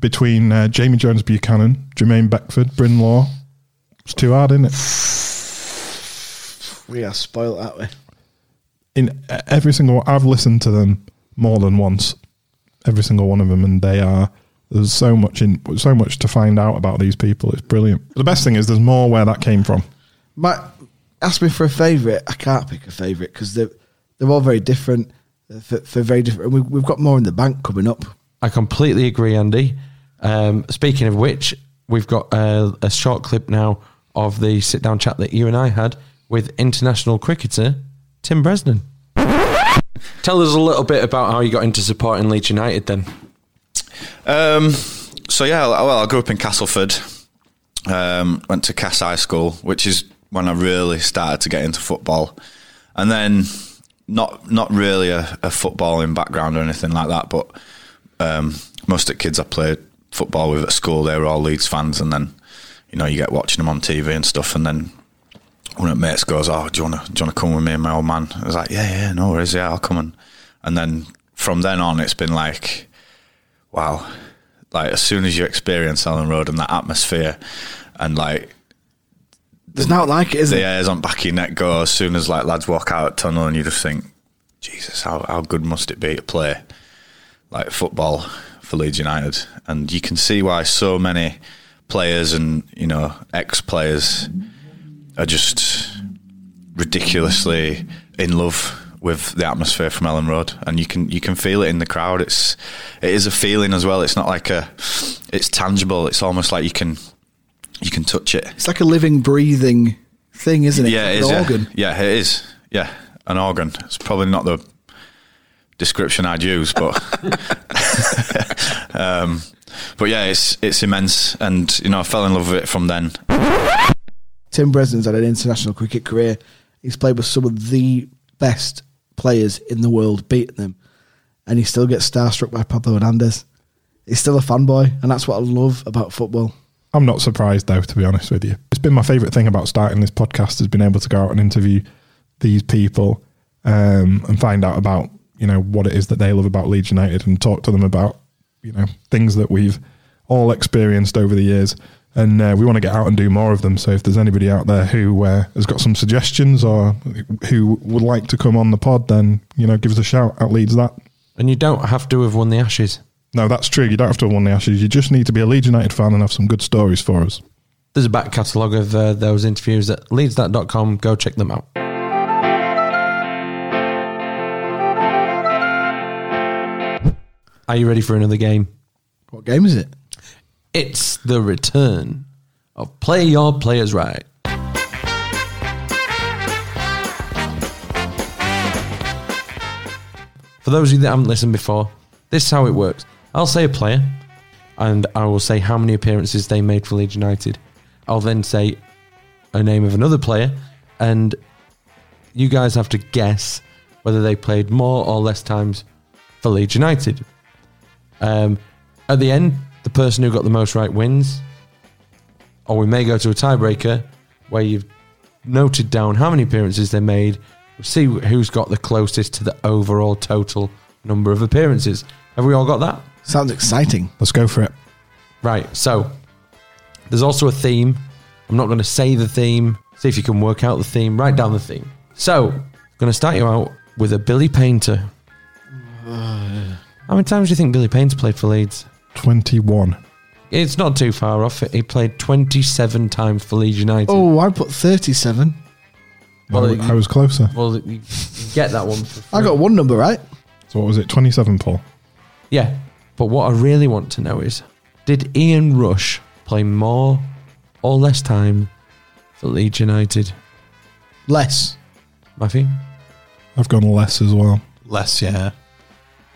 Speaker 5: between uh, Jamie Jones Buchanan, Jermaine Beckford, Bryn Law? It's too hard, isn't it?
Speaker 3: We are spoiled, aren't we?
Speaker 5: In uh, every single one, I've listened to them more than once. Every single one of them, and they are there's so much in so much to find out about these people. It's brilliant. The best thing is there's more where that came from.
Speaker 3: My, ask me for a favourite. I can't pick a favourite because they're, they're all very different uh, for, for very different. We, we've got more in the bank coming up.
Speaker 4: I completely agree, Andy. Um, speaking of which, we've got uh, a, a short clip now of the sit down chat that you and I had with international cricketer Tim Bresnan. Tell us a little bit about how you got into supporting Leeds United then.
Speaker 14: Um, so yeah, well, I grew up in Castleford. Um, went to Cass High School, which is when I really started to get into football, and then not not really a, a footballing background or anything like that. But um, most of the kids I played football with at school, they were all Leeds fans, and then you know you get watching them on TV and stuff, and then one of the mates goes, "Oh, do you want to do you want to come with me and my old man?" I was like, "Yeah, yeah, no worries, yeah, I'll come." And and then from then on, it's been like wow like as soon as you experience Allen Road and that atmosphere and like
Speaker 3: There's not like it, is
Speaker 14: the
Speaker 3: it?
Speaker 14: airs on back of your neck go as soon as like lads walk out tunnel and you just think Jesus how, how good must it be to play like football for Leeds United and you can see why so many players and you know ex-players are just ridiculously in love with the atmosphere from Ellen Road, and you can you can feel it in the crowd. It's it is a feeling as well. It's not like a it's tangible. It's almost like you can you can touch it.
Speaker 3: It's like a living, breathing thing, isn't it?
Speaker 14: Yeah,
Speaker 3: An
Speaker 14: it is. yeah.
Speaker 3: organ.
Speaker 14: Yeah. it is. Yeah, an organ. It's probably not the description I'd use, but [LAUGHS] um, but yeah, it's it's immense, and you know I fell in love with it from then.
Speaker 3: Tim Bresnan's had an international cricket career. He's played with some of the best players in the world, beating them, and he still gets starstruck by Pablo Hernandez. He's still a fanboy, and that's what I love about football.
Speaker 5: I'm not surprised though, to be honest with you. It's been my favourite thing about starting this podcast has been able to go out and interview these people um, and find out about you know what it is that they love about Leeds United and talk to them about you know things that we've all experienced over the years. And uh, we want to get out and do more of them. So if there's anybody out there who uh, has got some suggestions or who would like to come on the pod, then you know give us a shout at Leeds that.
Speaker 4: And you don't have to have won the Ashes.
Speaker 5: No, that's true. You don't have to have won the Ashes. You just need to be a Leeds United fan and have some good stories for us.
Speaker 4: There's a back catalogue of uh, those interviews at leadsthat.com. Go check them out. Are you ready for another game?
Speaker 3: What game is it?
Speaker 4: It's the return of Play Your Players Right. For those of you that haven't listened before, this is how it works. I'll say a player, and I will say how many appearances they made for Leeds United. I'll then say a name of another player, and you guys have to guess whether they played more or less times for Leeds United. Um, at the end, the person who got the most right wins, or we may go to a tiebreaker where you've noted down how many appearances they made. We'll see who's got the closest to the overall total number of appearances. Have we all got that?
Speaker 3: Sounds exciting.
Speaker 5: Let's go for it.
Speaker 4: Right. So there's also a theme. I'm not going to say the theme. See if you can work out the theme. Write down the theme. So I'm going to start you out with a Billy Painter. How many times do you think Billy Painter played for Leeds?
Speaker 5: 21.
Speaker 4: It's not too far off. He played 27 times for Leeds United.
Speaker 3: Oh, I put thirty-seven.
Speaker 4: Well,
Speaker 5: I,
Speaker 4: you-
Speaker 5: I was closer.
Speaker 4: Well, you you get that one. For free.
Speaker 3: I got one number right.
Speaker 5: So what was it? 27, Paul.
Speaker 4: Yeah. But what I really want to know is did Ian Rush play more or less time for Leeds United?
Speaker 3: Less.
Speaker 4: Matthew?
Speaker 5: I've gone less as well.
Speaker 6: Less, yeah.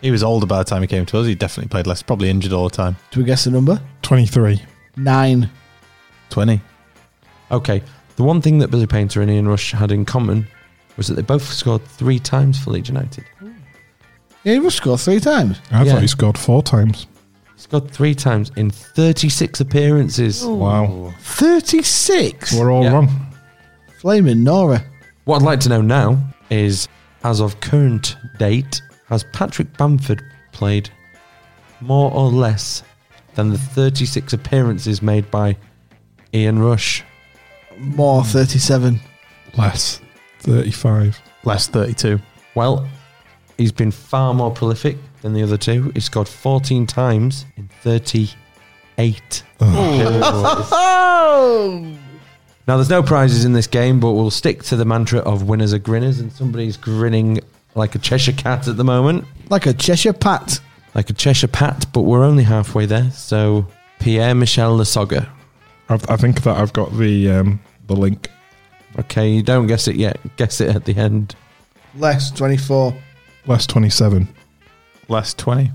Speaker 6: He was older by the time he came to us. He definitely played less. Probably injured all the time.
Speaker 3: Do we guess the number?
Speaker 5: 23.
Speaker 3: Nine.
Speaker 6: Twenty.
Speaker 4: Okay. The one thing that Billy Painter and Ian Rush had in common was that they both scored three times for Leeds United.
Speaker 3: Yeah, he must score three times.
Speaker 5: I
Speaker 4: Yeah.
Speaker 5: thought he scored four times.
Speaker 4: Scored three times in 36
Speaker 3: Oh.
Speaker 4: appearances.
Speaker 5: Wow.
Speaker 3: Thirty-six.
Speaker 5: We're all
Speaker 4: Yeah.
Speaker 5: wrong.
Speaker 3: Flaming Nora.
Speaker 4: What I'd like to know now is as of current date, has Patrick Bamford played more or less than the 36 appearances made by Ian Rush?
Speaker 3: More 37.
Speaker 5: Less 35.
Speaker 6: Less 32.
Speaker 4: Well, he's been far more prolific than the other two. He's scored 14 times in 38. appearances.
Speaker 3: [LAUGHS] Oh!
Speaker 4: Now, there's no prizes in this game, but we'll stick to the mantra of winners are grinners, and somebody's grinning like a Cheshire cat at the moment,
Speaker 3: Like a Cheshire Pat.
Speaker 4: like a Cheshire pat, but we're only halfway there. So, Pierre Michel Lasoga.
Speaker 5: I've, I think that I've got the um, the link.
Speaker 4: Okay, you don't guess it yet. Guess it at the end.
Speaker 3: Less 24.
Speaker 5: Less 27.
Speaker 6: Less 20.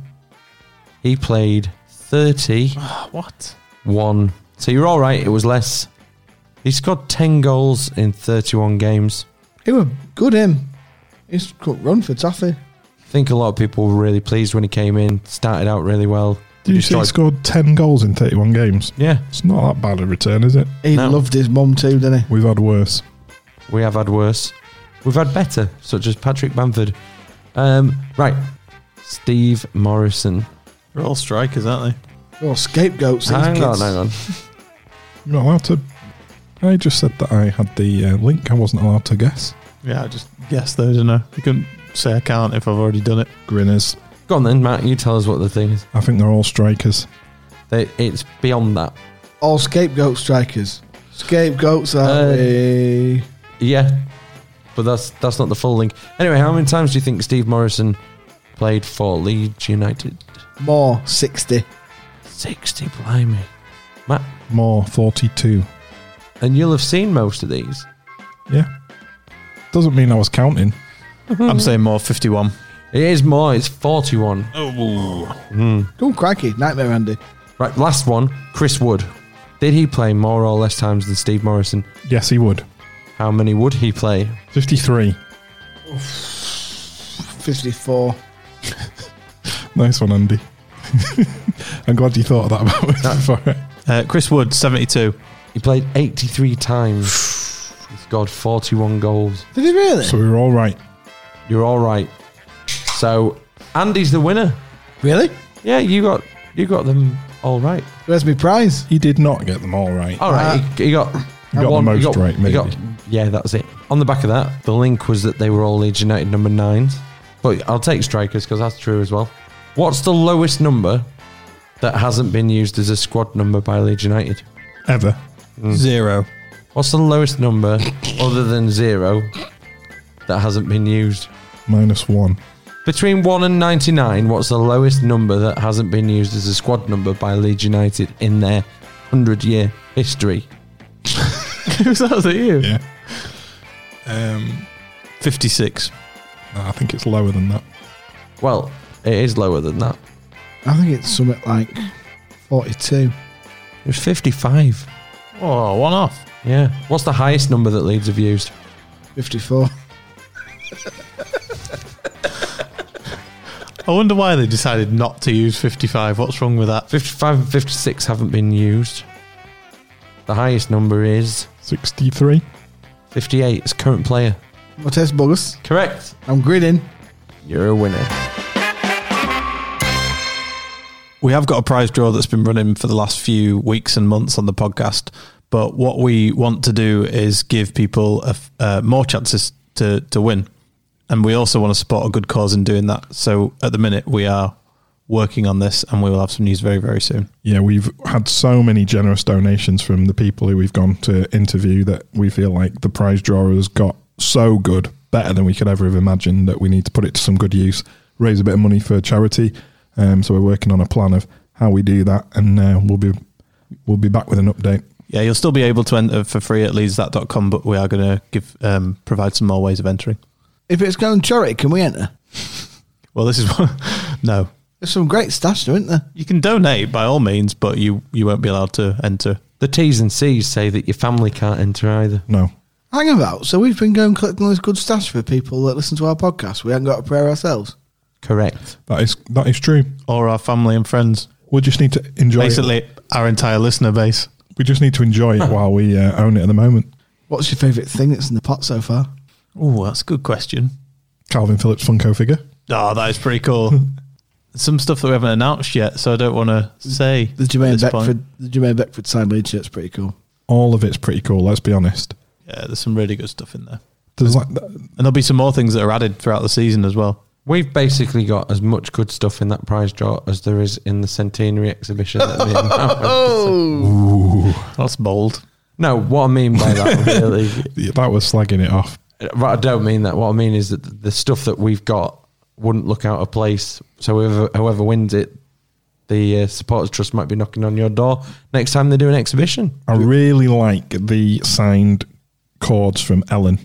Speaker 4: He played 31.
Speaker 6: What?
Speaker 4: So, you're all right, it was less. He scored 10 goals in 31 games.
Speaker 3: He was good, him. He's could run for toffee.
Speaker 4: I think a lot of people were really pleased when he came in, started out really well.
Speaker 5: Did you say he
Speaker 4: Destroyed-
Speaker 5: scored 10 goals in 31 games?
Speaker 4: Yeah,
Speaker 5: It's not that bad a return, is it?
Speaker 3: He
Speaker 4: No.
Speaker 3: loved his mum too, didn't he?
Speaker 5: We've had worse.
Speaker 4: We have had worse. We've had better, such as Patrick Bamford. Um, right. Steve Morrison.
Speaker 6: They're all strikers, aren't they?
Speaker 3: Oh, scapegoats. these
Speaker 4: hang
Speaker 3: kids.
Speaker 4: on, hang on.
Speaker 5: You're not allowed to. I just said that I had the uh, link. I wasn't allowed to guess.
Speaker 6: Yeah, I just guess though, didn't I? You couldn't say I can't if I've already done it.
Speaker 5: Grinners.
Speaker 4: Go on then, Matt. You tell us what the thing is.
Speaker 5: I think they're all strikers.
Speaker 4: They, it's beyond that.
Speaker 3: All scapegoat strikers. Scapegoats are
Speaker 4: Uh,
Speaker 3: we?
Speaker 4: Yeah, but that's that's not the full link. Anyway, how many times do you think Steve Morrison played for Leeds United?
Speaker 3: more 60.
Speaker 4: Sixty, blimey, Matt.
Speaker 5: More 42.
Speaker 4: And you'll have seen most of these.
Speaker 5: Yeah. Doesn't mean I was counting.
Speaker 6: I'm saying more 51.
Speaker 4: It is more. It's forty-one.
Speaker 3: Come crikey, nightmare Andy.
Speaker 4: Right, last one. Chris Wood. Did he play more or less times than Steve Morrison?
Speaker 5: Yes, he would.
Speaker 4: How many would he play?
Speaker 5: 53.
Speaker 3: 54.
Speaker 5: Nice one, Andy. [LAUGHS] I'm glad you thought of that about me before it.
Speaker 6: Uh, Chris Wood, 72.
Speaker 4: He played 83 times. he scored 41 goals.
Speaker 3: Did he really?
Speaker 5: So we were all right.
Speaker 4: You're all right. So Andy's the winner.
Speaker 3: really?
Speaker 4: Yeah, you got you got them all right.
Speaker 3: Where's my prize?
Speaker 5: He did not get them all right.
Speaker 4: All right, he, he got
Speaker 5: You got the
Speaker 4: one- he
Speaker 5: most right,
Speaker 4: he
Speaker 5: maybe.
Speaker 4: yeah, that was it. On the back of that, the link was that they were all Leeds United number nines. But I'll take strikers because that's true as well. What's the lowest number that hasn't been used as a squad number by Leeds United?
Speaker 5: Ever.
Speaker 6: Zero.
Speaker 4: What's the lowest number other than zero that hasn't been used?
Speaker 5: Minus one.
Speaker 4: Between 1 and 99, what's the lowest number that hasn't been used as a squad number by Leeds United in their 100 year history?
Speaker 6: [LAUGHS] Who's that? Was it you?
Speaker 5: Yeah. Um,
Speaker 6: 56.
Speaker 5: no, I think it's lower than that.
Speaker 4: Well, it is lower than that.
Speaker 3: I think it's something like 42.
Speaker 4: It was 55.
Speaker 6: Oh, one off.
Speaker 4: Yeah. What's the highest number that Leeds have used?
Speaker 3: 54.
Speaker 6: I wonder why they decided not to use 55. What's wrong with that?
Speaker 4: 55 and 56 haven't been used. The highest number is
Speaker 5: 63.
Speaker 4: 58. It's current player.
Speaker 3: My test buggers.
Speaker 4: Correct.
Speaker 3: I'm grinning.
Speaker 4: You're a winner.
Speaker 6: We have got a prize draw that's been running for the last few weeks and months on the podcast. But what we want to do is give people a f uh, more chances to, to win. And we also want to support a good cause in doing that. So at the minute, we are working on this and we will have some news very, very soon.
Speaker 5: Yeah, we've had so many generous donations from the people who we've gone to interview that we feel like the prize draw has got so good, better than we could ever have imagined, that we need to put it to some good use, raise a bit of money for charity. Um, so we're working on a plan of how we do that, and uh, we'll be we'll be back with an update.
Speaker 6: Yeah, you'll still be able to enter for free at leeds.com, but we are going to give um, provide some more ways of entering.
Speaker 3: If it's going charity, can we enter?
Speaker 6: Well, this is [LAUGHS] one. no.
Speaker 3: There's some great stash there, isn't there?
Speaker 6: You can donate by all means, but you, you won't be allowed to enter.
Speaker 4: The T's and C's say that your family can't enter either.
Speaker 5: No,
Speaker 3: Hang about. So we've been going collecting all this good stash for people that listen to our podcast. We haven't got a prayer ourselves.
Speaker 4: Correct.
Speaker 5: that is that is true.
Speaker 6: Or our family and friends.
Speaker 5: We just need to enjoy. It.
Speaker 6: Basically, our entire listener base.
Speaker 5: We just need to enjoy it while we uh, own it at the moment.
Speaker 3: What's your favourite thing that's in the pot so far?
Speaker 6: Oh, that's a good question.
Speaker 5: Calvin Phillips Funko figure.
Speaker 6: Oh, that is pretty [LAUGHS] cool. Some stuff that we haven't announced yet, so I don't want to say.
Speaker 3: The Jermaine Beckford, the Jermaine Beckford signed lead shirt's pretty cool.
Speaker 5: All of it's pretty cool. Let's be honest.
Speaker 6: Yeah, there's some really good stuff in there.
Speaker 5: There's like
Speaker 6: And there'll be some more things that are added throughout the season as well.
Speaker 4: We've basically got as much good stuff in that prize draw as there is in the centenary exhibition. That they
Speaker 14: [LAUGHS]
Speaker 6: That's bold.
Speaker 4: no, what I mean by that really,
Speaker 5: that was slagging it off.
Speaker 4: but I don't mean that. What I mean is that the stuff that we've got wouldn't look out of place. So whoever, whoever wins it, the uh, supporters trust might be knocking on your door next time they do an exhibition.
Speaker 5: I really like the signed chords from Ellen.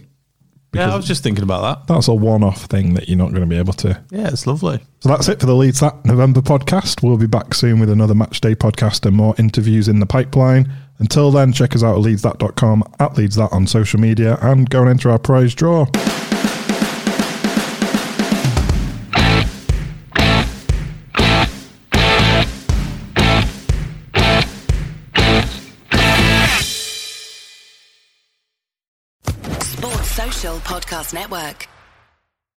Speaker 6: Yeah, I was just thinking about
Speaker 5: That's a one-off thing that you're not going to be able to.
Speaker 6: that. Yeah, it's lovely.
Speaker 5: So that's it for the Leeds that November podcast. We'll be back soon with another match day podcast and more interviews in the pipeline. Until then, check us out at leadsthat.com, at leadsthat on social media, and go and enter our prize draw.
Speaker 12: Sports Social Podcast Network.